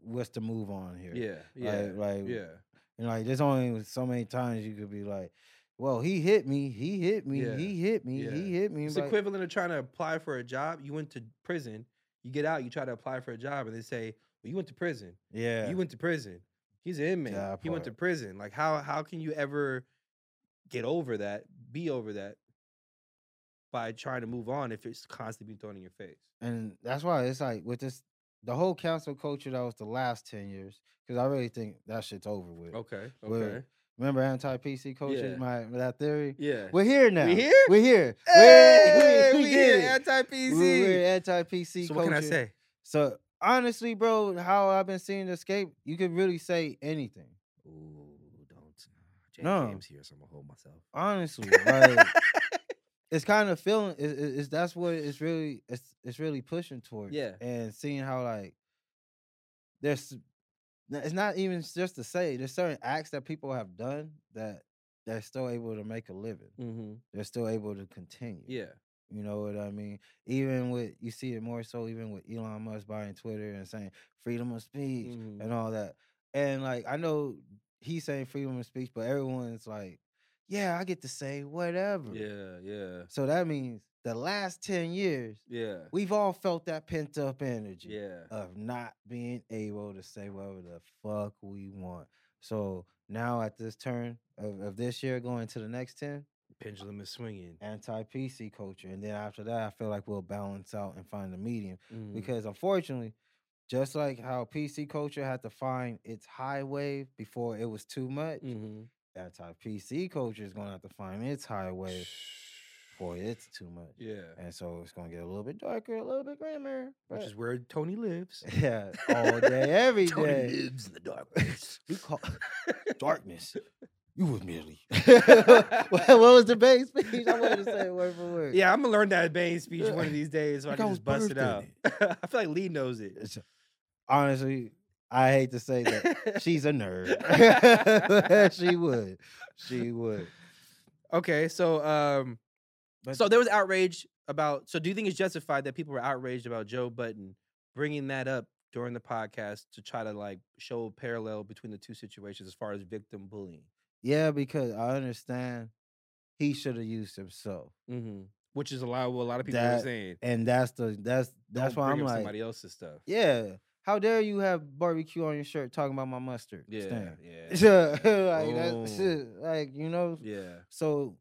what's the move on here?
Yeah, yeah,
like, like
yeah,
and like there's only so many times you could be like, "Well, he hit me. He hit me.
Yeah,
He hit me.
yeah.
He hit me."
It's
but-
equivalent to trying to apply for a job. You went to prison, you get out, you try to apply for a job, and they say, "Well, you went to prison.
yeah.
You went to prison. He's an inmate.
That
He went to
part.
prison. Like how how can you ever get over that? Be over that by trying to move on if it's constantly being thrown in your face.
and that's why it's like with this the whole council culture that was the last ten years because I really think that shit's over with.
Okay,
Word.
okay,
Remember anti PC culture?
Oh. Yeah.
My that theory.
yeah.
We're here now.
here?
We're here. We-
Hey,
we,
we,
we
here,
did it.
anti-PC.
We- We're anti PC.
so what can I say?
So honestly, bro, how I've been seeing the escape, you could really say anything.
Ooh, don't. James,
No.
James here, so I'm gonna hold myself.
honestly
*laughs*
like it's kind of feeling is it, it's that's what it's really it's it's really pushing towards
Yeah.
and seeing how like there's n- it's not even s- just to say there's certain acts that people have done that they're still able to make a living
Mm-hmm.
they're still able to continue
Yeah.
you know what i mean even with you see it more so even with elon musk buying twitter and saying freedom of speech
mhm.
and all that. And like I know he's saying freedom of speech, but everyone's like, yeah, I get to say whatever.
Yeah. Yeah.
So that means the last 10 years,
Yeah.
we've all felt that pent up energy
Yeah.
of not being able to say whatever the fuck we want. So now at this turn of, of this year going to the next 10,
Pendulum is swinging.
anti PC culture. And then after that, I feel like we'll balance out and find a medium
Mhm.
because unfortunately, just like how PC culture had to find its high wave before it was too much,
Mhm.
that's how PC culture is going to have to find its high wave before it's too much.
Yeah.
And so it's going to get a little bit darker, a little bit grimmer.
Which
but-
is where Tony lives.
*laughs* yeah, all day, every day.
lives in
*laughs*
the darkness.
We call
*laughs*
darkness. You was merely. what, *laughs* what was the base speech? I wanted to say it word for word.
yeah, I'm gonna learn that Bane speech
*laughs*
one of these days so I
Like I
can
was
just bust it
birthed in
out. *laughs* I feel like Lee knows it.
It's- honestly, I hate to say that. She's a nerd. *laughs* she would. She would.
*laughs* okay, so um,
But
so there was outrage about. So do you think it's justified that people were outraged about Joe Button bringing that up during the podcast to try to like show a parallel between the two situations as far as victim bullying,
yeah, because I understand he should have used himself,
mm-hmm. which is a lot what a lot of people were
That-
saying.
and that's the that's that's
Don't
why
bring
I'm
up
like,
somebody else's stuff.
yeah, how dare you have barbecue on your shirt talking about my mustard?
Yeah,
stand. *laughs*
yeah,
like that's
Boom.
like you know.
yeah.
So,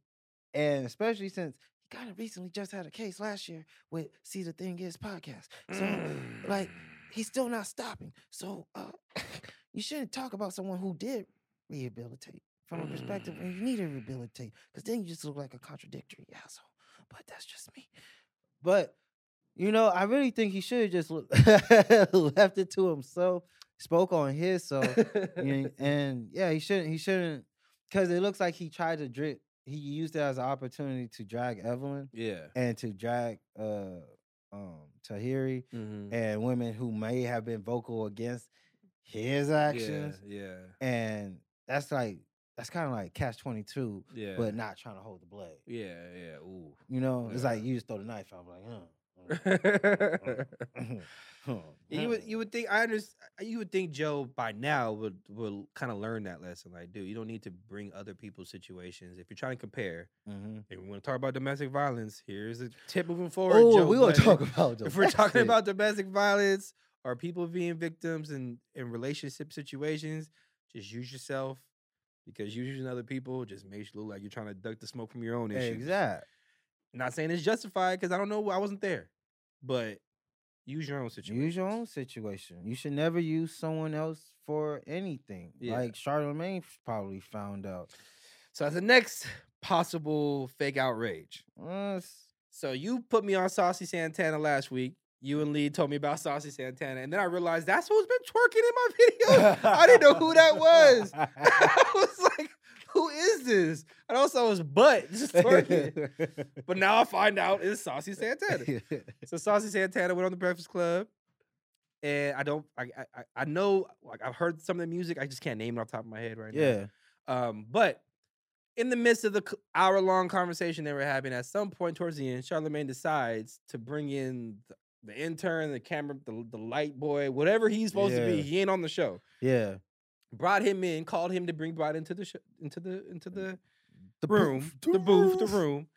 and especially since he kind of recently just had a case last year with see the thing is podcast, so like he's still not stopping. So uh, *laughs* you shouldn't talk about someone who did rehabilitate from a perspective when you need to rehabilitate, because then you just look like a contradictory asshole. But that's just me. But you know, I really think he should have just look- *laughs* left it to himself, spoke on his self,
*laughs*
and, and yeah, he shouldn't. He shouldn't because it looks like he tried to drip. He used it as an opportunity to drag Evelyn
yeah.
and to drag uh um Tahiri
Mm-hmm.
and women who may have been vocal against his actions.
Yeah,
And that's like that's kind of like catch twenty two,
yeah, yeah.
but not trying to hold the blade.
yeah, yeah. Ooh.
You know, it's like
Yeah.
you just throw the knife out, like, huh. oh,
*laughs*
*laughs*
you would you would think I understand. You would think Joe by now would will kind of learn that lesson. Like, dude, you don't need to bring other people's situations if you're trying to compare.
hmm
If we want to talk about domestic violence, here's a tip moving forward.
Oh,
Joe
we gonna
Budden.
talk about
*laughs* if we're
domestic.
talking about domestic violence or people being victims in in relationship situations, just use yourself because using other people just makes you look like you're trying to duck the smoke from your own issues.
exact,
Not saying it's justified because I don't know. I wasn't there, but use your own situation.
use your own situation. You should never use someone else for anything.
Yeah.
Like Charlemagne f- probably found out.
So as the next possible fake outrage.
Uh,
*laughs* So you put me on Saucy Santana last week. You and Lee told me about Saucy Santana, and then I realized that's who's been twerking in my *laughs* video. I didn't know who
*laughs*
that was. *laughs* I was like, who is this? I know someone's butt
*laughs*
just twerking. but now I find out it's Saucy Santana. So Saucy Santana went on the Breakfast Club, and I don't, I, I, I- I know, like I've heard some of the music. I just can't name it off the top of my head *laughs* right now.
Yeah.
Um, but in the midst of the hour long conversation they were having, at some point towards the end, Charlemagne decides to bring in the, the intern, the camera, the, the light boy, whatever he's supposed to be.
Yeah.
He ain't on the show.
Yeah.
Brought him in, called him to bring Brad into the show, into the into
Mm.
the
The bo-
room, the booth, the room,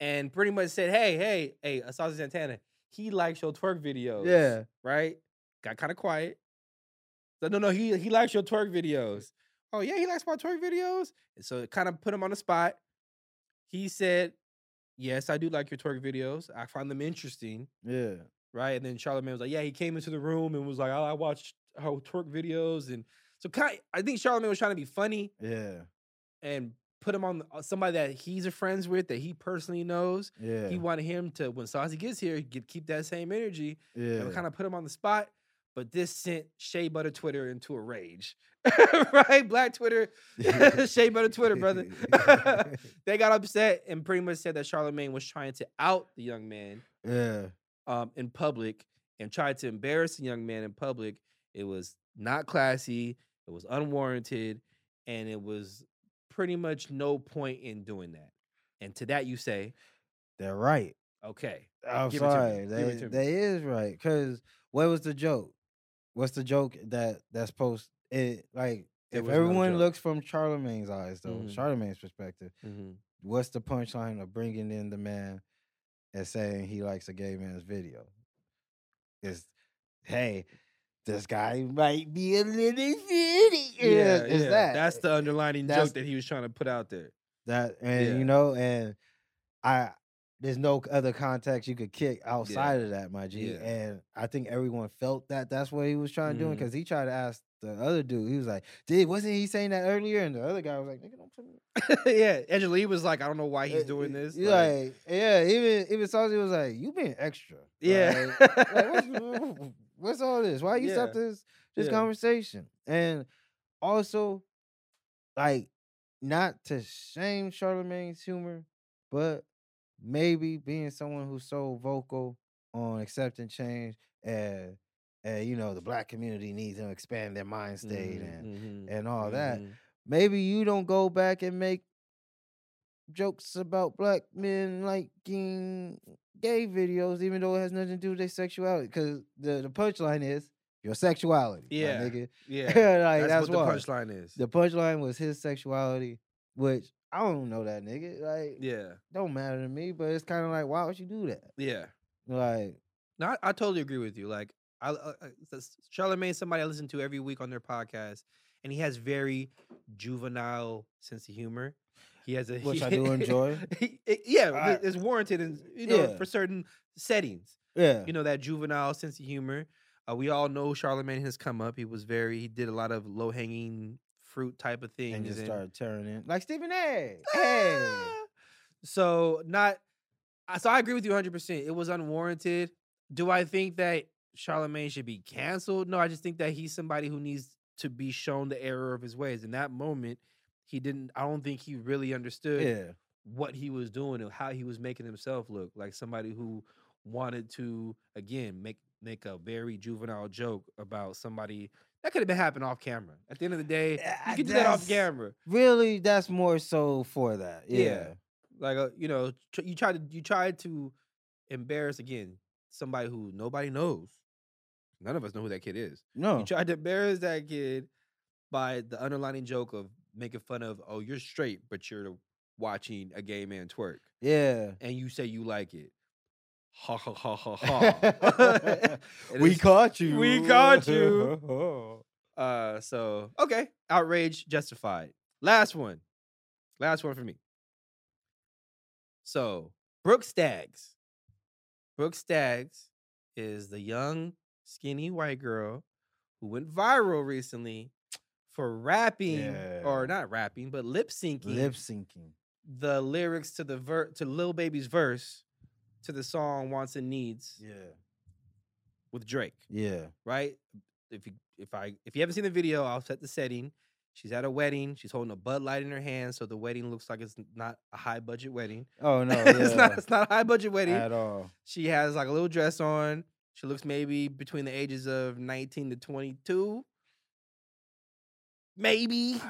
and pretty much said, "Hey, hey, hey, Asante Santana, he likes your twerk videos."
Yeah.
right? Got kind of quiet. No, no, no. He he likes your twerk videos. Oh yeah, he likes my twerk videos. And so it kind of put him on the spot. He said, "Yes, I do like your twerk videos. I find them interesting."
Yeah.
Right, and then Charlamagne was like, "Yeah." He came into the room and was like, "Oh, I watched her twerk videos," and so kind. I think Charlamagne was trying to be funny
Yeah.
and put him on the- uh, somebody that he's a friends with that he personally knows.
Yeah.
He wanted him to when Saucy gets here, get, keep that same energy
yeah.
and kind of put him on the spot. But this sent Shea Butter Twitter into a rage, *laughs* right? Black Twitter,
*laughs*
*laughs* Shea Butter Twitter, brother. they got upset and pretty much said that Charlemagne was trying to out the young man
yeah.
um, in public and tried to embarrass the young man in public. It was not classy. It was unwarranted, and it was pretty much no point in doing that. And to that you say,
They're right.
okay,
I'm
Give it to me.
sorry.
Give
They,
it to me.
they is right. Cause what was the joke? What's the joke that that's supposed it like
There
if
was no
everyone
joke.
looks from Charlemagne's eyes though,
Mhm.
Charlemagne's perspective, what's the punchline of bringing in the man and saying he likes a gay man's video? Is hey, this guy might be a little shitty. Yeah, is that eh,
that's the underlining
That's-
joke that he was trying to put out there.
that and
Yeah.
you know and i there's no other context you could kick outside of that my g
Yeah.
and i think everyone felt that that's what he was trying to do
Mhm.
because he tried to ask the other dude he was like did wasn't he saying that earlier and the other guy was like nigga don't put me
*laughs* yeah, Angela Lee was like, I don't know why he's
Uh,
doing this.
you like, yeah even even Saucy was like you being extra
yeah,
Like, like,
*laughs*
what's, what's all this? Why you
Yeah.
stop this this
Yeah.
conversation? And also, like, not to shame Charlemagne's humor, but maybe being someone who's so vocal on accepting change and and you know the black community needs to expand their mind
Mm-hmm,
state and and all that.
*laughs*
Maybe you don't go back and make jokes about black men liking gay videos, even though it has nothing to do with their sexuality. Because the, the punchline is your sexuality. my
Yeah,
nigga. *laughs*
Yeah,
like,
that's,
that's,
what
why.
the punchline is.
The punchline was his sexuality, which I don't know that nigga. Like,
yeah,
don't matter to me, but it's kind of like, why would you do that?
yeah.
Like,
No, I, I totally agree with you. Like, I, I, I Charlemagne, somebody I listen to every week on their podcast, and he has very juvenile sense of humor. He has a
Which I
*laughs*
do enjoy.
He- it- yeah,
I-
it's warranted, and you know,
Yeah.
for certain settings.
yeah.
you know that juvenile sense of humor. Uh, we all know Charlemagne has come up. He was very he did a lot of low hanging fruit type of things.
and just
and-
started tearing in. Like, Stephen A. Hey.
Ah! So not I- so I agree with you 100%. It was unwarranted. Do I think that Charlemagne should be canceled? No, I just think that he's somebody who needs to be shown the error of his ways. In that moment, he didn't I don't think he really understood
Yeah.
what he was doing and how he was making himself look like somebody who wanted to again make make a very juvenile joke about somebody that could have been happening off camera. At the end of the day,
Yeah,
you can do that off
that's-
camera.
Really, that's more so for that.
Yeah.
Yeah.
Like uh, you know, tr- you tried to you tried to embarrass again somebody who nobody knows. None of us know who that kid is.
No.
You tried to embarrass that kid by the underlining joke of making fun of, oh, you're straight, but you're watching a gay man twerk.
yeah.
and you say you like it. Ha ha ha ha ha.
*laughs*
*laughs*
*laughs*
And it's-
caught
you. we caught you. uh so okay. Outrage justified. Last one. Last one for me. So Brooke Staggs. Brooke Staggs is the young, skinny white girl who went viral recently for rapping or
Yeah.
not rapping, but lip syncing
Lip syncing.
the lyrics to the ver- to Lil Baby's verse to the song "Wants and Needs"
Yeah.
with Drake.
Yeah.
right? If you if I if you haven't seen the video, I'll set the setting. She's at a wedding. She's holding a Bud Light in her hand, so the wedding looks like it's n- not a high budget wedding.
*laughs*
Oh no.
*laughs* it's not.
yeah,
It's not a high budget wedding.
at
*sighs*
all.
She has like a little dress on. She looks maybe between the ages of nineteen to twenty two. Maybe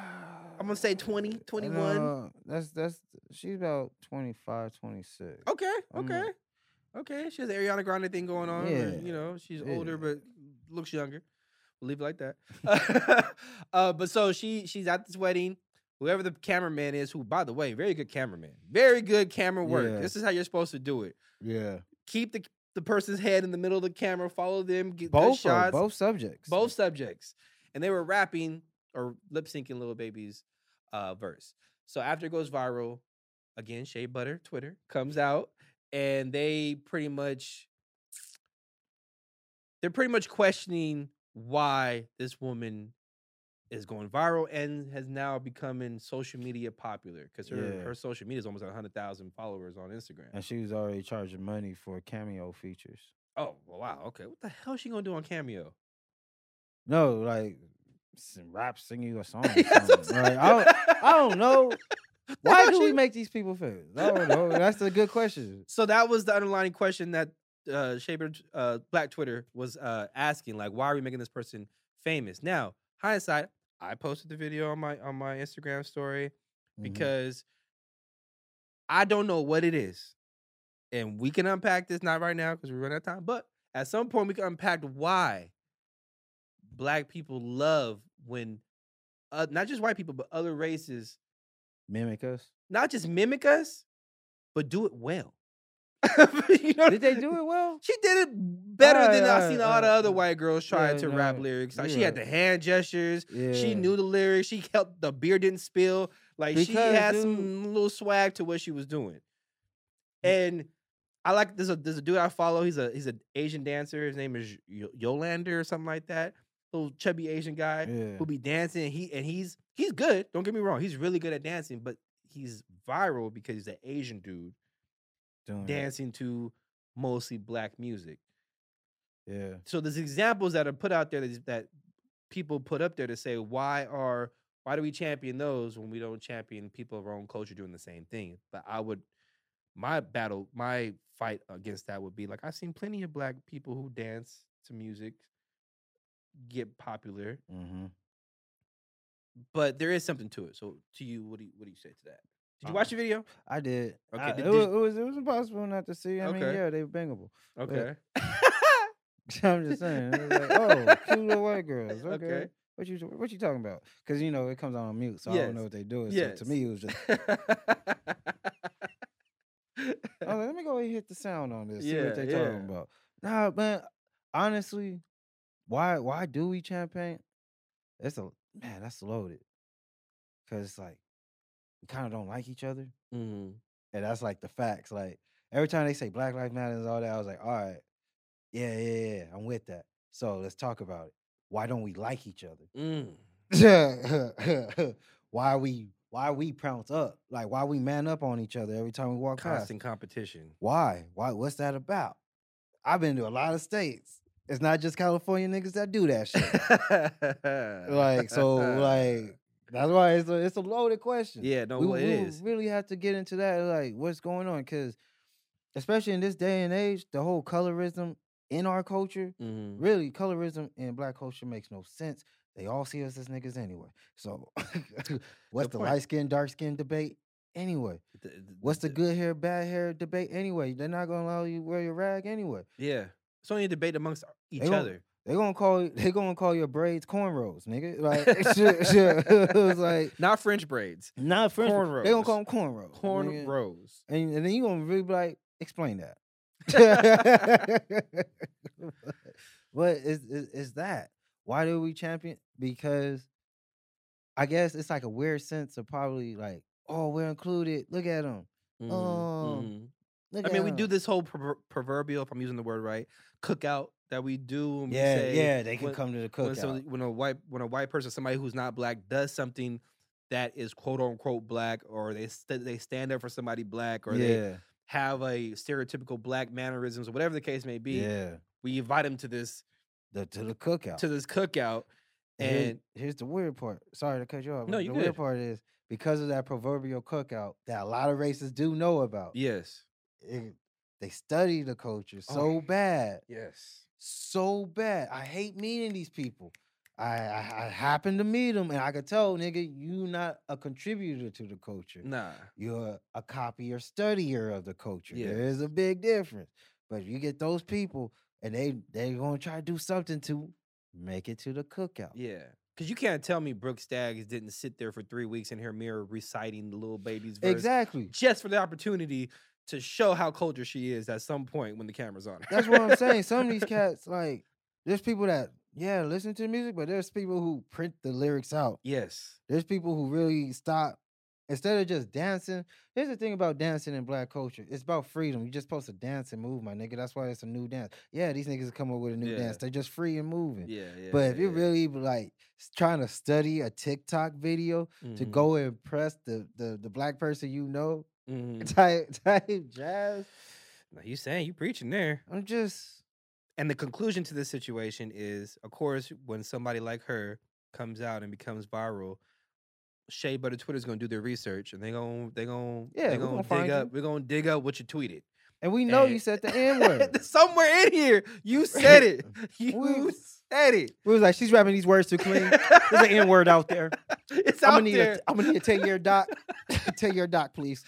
I'm gonna say 20, 21.
No, that's that's she's about 25, 26.
Okay,
I'm
okay,
not-
okay. She has the Ariana Grande thing going on. where, you
Mm. Yeah,
know, she's
yeah.
older but looks younger. We'll leave it like that. *laughs* uh, but so she she's at this wedding. Whoever the cameraman is, who by the way, very good cameraman, very good camera work.
Yeah.
This is how you're supposed to do it.
Yeah.
Keep the the person's head in the middle of the camera. Follow them. Get good
Both
shots.
of, both subjects.
both subjects, and they were rapping or lip syncing Little Baby's uh, verse. So after it goes viral, again, Shea Butter Twitter comes out, and they pretty much they're pretty much questioning why this woman is going viral and has now becoming social media popular because her,
Yeah.
her social media is almost like 100,000 followers on Instagram.
And she was already charging money for cameo features.
oh, wow. Okay. What the hell is she going to do on Cameo?
No, like some rap singing
*laughs*
a song. or
That's what I'm
something. Oh Like,
saying.
I, don't, I don't
*laughs*
know. Why
how
do we
she-
make these people famous? I don't know. That's a good question.
So that was the underlying question that uh, Shaper uh, Black Twitter was uh, asking, like, why are we making this person famous? Now, hindsight, I posted the video on my on my Instagram story
Mm-hmm.
because I don't know what it is, and we can unpack this not right now because we run out of time, but at some point we can unpack why black people love when uh, not just white people but other races
mimic
*laughs*
us.
not just mimic us, but do it well. *laughs* you know,
Did they do it well?
She did it better than
Uh,
I seen all the
uh,
other
uh,
white girls trying
yeah,
to rap
no,
lyrics. Like she had
yeah.
the hand gestures.
Yeah.
She knew the lyrics. She helped the beer didn't spill. Like she
Because,
had
dude-
some little swag to what she was doing. And I like there's a there's a dude I follow. He's a he's an Asian dancer. His name is Yo- Yolander or something like that. Little chubby Asian guy
Yeah.
who be dancing. And he and he's he's good. Don't get me wrong. He's really good at dancing, but he's viral because he's an Asian dude
Doing it.
dancing to mostly black music.
Yeah.
So there's examples that are put out there that, that people put up there to say why are why do we champion those when we don't champion people of our own culture doing the same thing? But I would my battle my fight against that would be like I've seen plenty of black people who dance to music get popular
Mm-hmm.
but there is something to it. So to you, what do you what do you say to that? Did you watch the video?
I did.
Okay,
I-
did-
it,
did-
was, it was it was impossible not to see. I mean,
Okay.
yeah, they bangable. *laughs*
*laughs* Okay.
I'm just saying. It was like, oh, cute little white girls. Okay.
*laughs* Okay.
What you what you talking about? Because you know it comes out on mute, so I
Yes.
don't know what they doing. So
Yes.
to me, it was just I was like, Oh, let me go and hit the sound on this. see
Yeah,
what they
yeah.
talking about. Nah, man. Honestly, why why do we champagne? It's a man. That's loaded. Cause it's like we kind of don't like each other,
Mhm.
and that's like the facts. Like every time they say Black Lives Matter and all that, I was like, all right, yeah, yeah, yeah, I'm with that. So let's talk about it. Why don't we like each other? *laughs*
Mm.
why we why we pounce up? Like why we man up on each other every time we walk past?
Constant competition.
Why? Why? What's that about? I've been to a lot of states. It's not just California niggas that do that
*laughs*
shit. *laughs* like so, like that's why it's a, it's a loaded question.
yeah, no,
we,
well, it
we
is.
really have to get into that. Like what's going on? Because especially in this day and age, the whole colorism in our culture
Mhm.
really colorism in black culture makes no sense. They all see us as niggas anyway. So *laughs* what's
Good
the
point.
light skin, dark skin debate anyway?
Th- th-
What's the
th-
good hair, bad hair debate anyway? They're not gonna allow you wear your rag anyway.
Yeah, it's only a debate amongst our- each
don't-
other.
They gonna call they gonna call your braids cornrows, nigga. *laughs*
*laughs*
Like *laughs* it's ju- ju- *laughs* it was like
Not French braids,
not French.
cornrows.
They gonna call them cornrows.
corn
nigga. *laughs*
rows. *laughs*
and, and then you gonna really be like, explain
Mm-hmm,
that. *laughs* but is is is that why do we champion? Because I guess it's like a weird sense of probably like, oh, we're included. Look at them.
Mhm,
Um,
mhm.
Look
I
at
mean, we
him.
do this whole prover- proverbial, if I'm using the word right, cookout that we do. And we
Yeah,
say,
yeah, they can
when-
come to the
When,
cookout.
somebody- when a white when a white person, somebody who's not black, does something that is quote unquote black, or they st- they stand up for somebody black, or they
yeah,
have a stereotypical black mannerisms, or whatever the case may be,
yeah,
we invite them to this
the, to the cookout.
to this cookout,
And here's,
and
here's the weird part. Sorry to cut you off.
No,
but
you
The weird
good.
part is because of that proverbial cookout that a lot of races do know about.
yes,
it- they study the culture
Oh.
so bad,
yes,
so bad. I hate meeting these people. I, I I happen to meet them, and I could tell, nigga, you not a contributor to the culture.
nah,
You're a copier, studier of the culture.
Yeah.
There is a big difference. But you get those people, and they they're gonna try to do something to make it to the cookout.
yeah. Cause you can't tell me Brooke Staggs didn't sit there for three weeks and hear Mirror reciting the little baby's verse
Exactly.
just for the opportunity to show how cultured she is at some point when the camera's on. her.
That's what I'm saying. Some
*laughs*
of these cats, like, there's people that, yeah, listen to music, but there's people who print the lyrics out.
yes.
There's people who really stop. Instead of just dancing, here's the thing about dancing in black culture. It's about freedom. You're just supposed to dance and move, my nigga. That's why it's a new dance. Yeah, these niggas come up with a new
Yeah.
dance. They're just free and moving.
Yeah. yeah
but if
yeah,
you're really like s- trying to study a TikTok video
yeah.
to
Mhm,
go impress the, the the black person you know, *laughs*
mhm.
type type jazz,
Now, you saying you preaching there.
I'm just
And the conclusion to this situation is, of course, when somebody like her comes out and becomes viral, Shea Butter Twitter's gonna do their research and they gonna they gonna
Yeah,
they
we gonna
gonna,
find
dig up
you.
we're gonna dig up what you tweeted.
and we know you
And-
said the N word.
*laughs* Somewhere in here, you
*laughs*
said it. You
We-
said it.
We was like, she's rapping these words too
*laughs*
clean. There's an N word out there.
It's
I'm
out
gonna need
there.
a, I'm gonna need a ten year doc. *laughs* ten year doc,
*laughs*
please.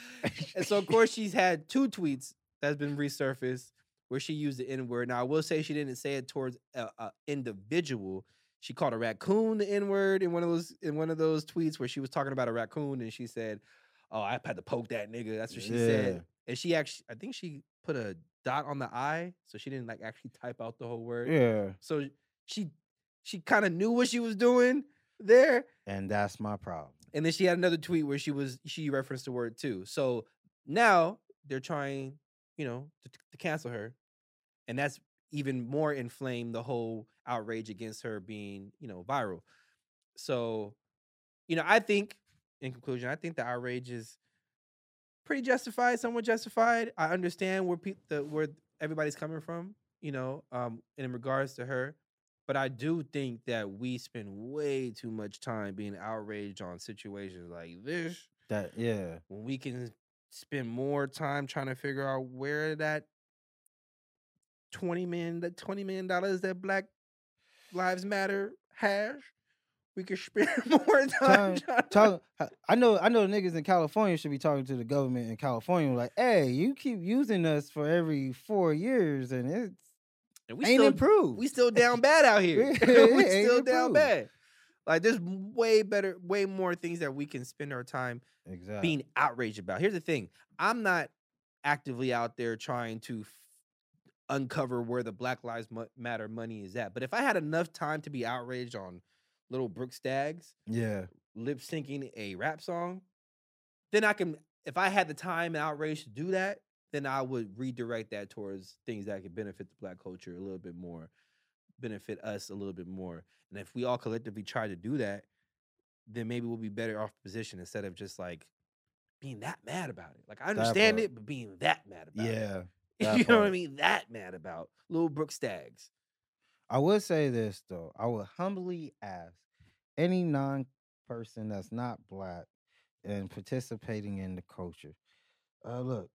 And so, of course, she's had two tweets that's been resurfaced where she used the N word. Now, I will say she didn't say it towards a, a individual. She called a raccoon the N word in one of those in one of those tweets where she was talking about a raccoon and she said, "Oh, I had to poke that nigga." That's what she said. And she actually, I think she put a dot on the I, so she didn't like actually type out the whole word.
Yeah.
So she she kind of knew what she was doing there.
And that's my problem.
And then she had another tweet where she was she referenced the word too. So now they're trying, you know, to, to cancel her, and that's even more inflamed the whole outrage against her being, you know, viral. So, you know, I think in conclusion, I think the outrage is pretty justified, somewhat justified. I understand where pe- the, where everybody's coming from, you know, um, in regards to her. But I do think that we spend way too much time being outraged on situations like this
That yeah.
when we can spend more time trying to figure out where that twenty million that twenty million dollars that Black Lives Matter has. We could *laughs* spend more time,
Time-
trying to-
Talk, I- I know I know niggas in California should be talking to the government in California like, hey, you keep using us for every four years and it's
and we
ain't
still
improved.
we
*laughs*
still down bad out here. *laughs* we
It ain't
still down
improved.
bad. Like there's way better, way more things that we can spend our time
exactly
being outraged about. Here's the thing: I'm not actively out there trying to f- uncover where the Black Lives Mu- Matter money is at. But if I had enough time to be outraged on little Brooke Staggs
Yeah.
lip syncing a rap song, then I can. If I had the time and outrage to do that, then I would redirect that towards things that could benefit the Black culture a little bit more, benefit us a little bit more. And if we all collectively try to do that, then maybe we'll be better off position instead of just like being that mad about it. Like I understand
part.
it, but being that mad about it. *laughs*
Yeah.
Yeah.
that
you know what I
part.
mean? That mad about Lil Brooke Staggs.
I would say this though. I would humbly ask any non person that's not black and participating in the culture. Uh, look,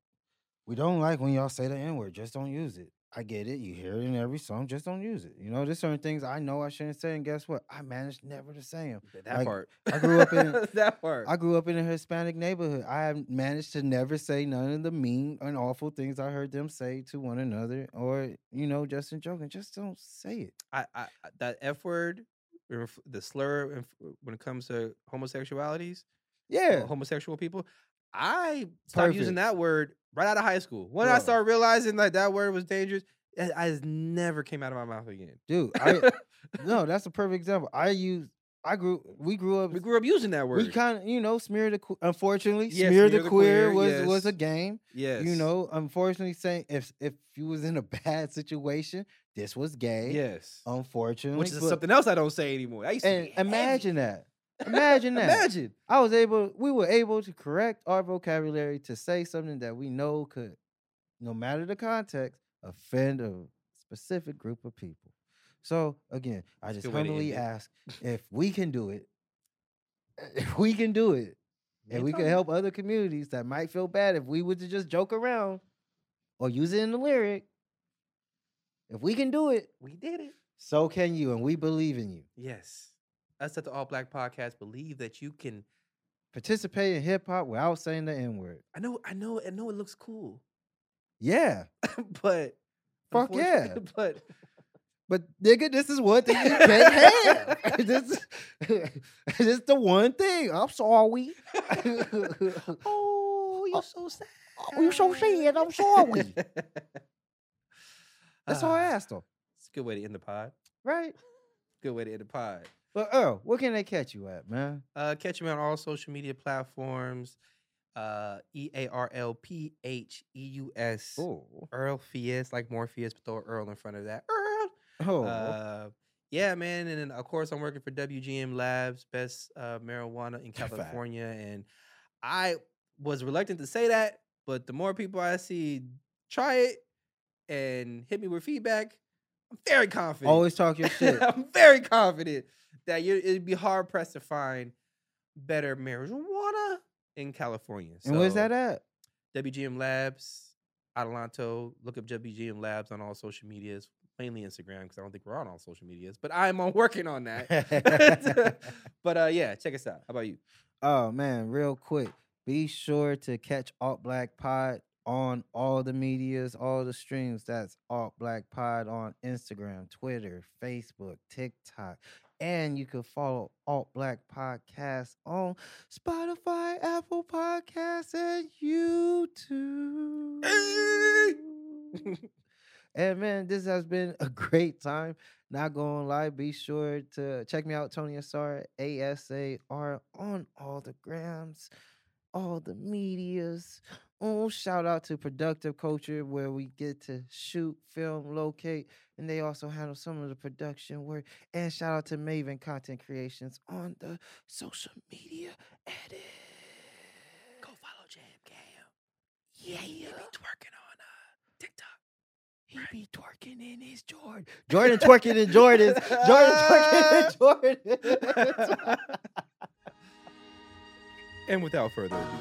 we don't like when y'all say the N word. Just don't use it. I get it. You hear it in every song. Just don't use it. You know, there's certain things I know I shouldn't say, and guess what? I managed never to say them.
That
Like,
part.
I grew up in-
*laughs* that part.
I grew up in a Hispanic neighborhood. I have managed to never say none of the mean and awful things I heard them say to one another, or you know, just in joking. Just don't say it.
I, I I- that F word, or f- the slur and f- when it comes to homosexualities, uh,
Yeah,
homosexual people. I started using
Perfect.
that word right out of high school. When I
Bruh.
started realizing that that word was dangerous, it, I just never came out of my mouth again. *laughs*
dude. I, No, that's a perfect example. I use I grew we grew up
We grew up using that word.
we kind of you know smear the que- unfortunately
Yeah,
smear, the, queer, was was a
yes.
game.
yes.
You know, unfortunately saying if if you was in a *laughs* bad situation, this was gay.
Yes.
Unfortunately,
Which is
eh, but-
something else I don't say anymore. I used to
And
be heavy.
imagine
*laughs*
that. Imagine that.
Imagine.
I was able, we were able to correct our vocabulary to say something that we know could, no matter the context, offend a specific group of people. So again, I
That's a
just
good way to
humbly
end it.
ask if we can do it, *laughs* if we can do it, and
ain't
we can
talking.
help other communities that might feel bad if we would to just joke around or use it in the lyric. If we can do it,
We did it.
so can you, and we believe in you.
Yes. Us at the All Black Podcast believe that you can.
Participate in hip hop without saying the N word.
I know. I know. I know. It looks cool,
Yeah.
*laughs* but
Fuck yeah.
unfortunately- But
But nigga, this is one thing you *laughs* can't have. *laughs* this, is- this is the one thing. I'm *laughs* sorry.
*laughs* oh,
*laughs* you're
so sad.
Oh, you so sad. I'm sorry. *laughs* That's *laughs* all I asked them,
Ah, It's a good way to end the pod.
right?
Good way to end the pod.
But Earl, where can they catch you at, man?
Uh, catch me on all social media platforms. Uh, E A R L P H E U S.
Oh,
Earl Fies, like Morpheus, but throw an Earl in front of that. Earl.
oh,
Uh, yeah, man. And then, of course, I'm working for WGM Labs, best uh, marijuana in
*laughs* Fact.
California. And I was reluctant to say that, but the more people I see try it and hit me with feedback, I'm very confident.
always talk
*laughs*
your *laughs* shit.
I'm very confident that you it'd be hard pressed to find better marijuana in California.
and where's that
So-
at?
WGM Labs, Adelanto. Look up WGM Labs on all social medias, mainly Instagram, because I don't think we're on all social medias, but I'm on *laughs* working on
*laughs*
that. *laughs* but uh, yeah, check us out. How about you?
Oh man, real quick. Be sure to catch Alt Black Pod on all the medias, all the streams. That's Alt Black Pod on Instagram, Twitter, Facebook, TikTok. And you can follow Alt Black Podcast on Spotify, Apple Podcasts, and YouTube. And man, this has been a *laughs* great time. Not gonna lie, be sure to check me out, Tony Asar, A S A R, on all the grams, all the medias. Oh, shout out to Productive Culture, where we get to shoot, film, locate, and they also handle some of the production work. And shout out to Maven Content Creations on the social media edit.
Go follow Jam Cam. Yeah, he be twerking on uh, TikTok.
He be twerking in his Jordan. Jordan twerking in Jordans. Jordan twerking in Jordans.
and without further ado,
*laughs*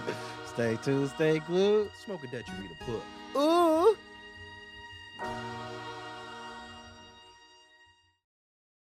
Stay tuned, stay glued.
smoke a Dutch, read a book.
Ooh.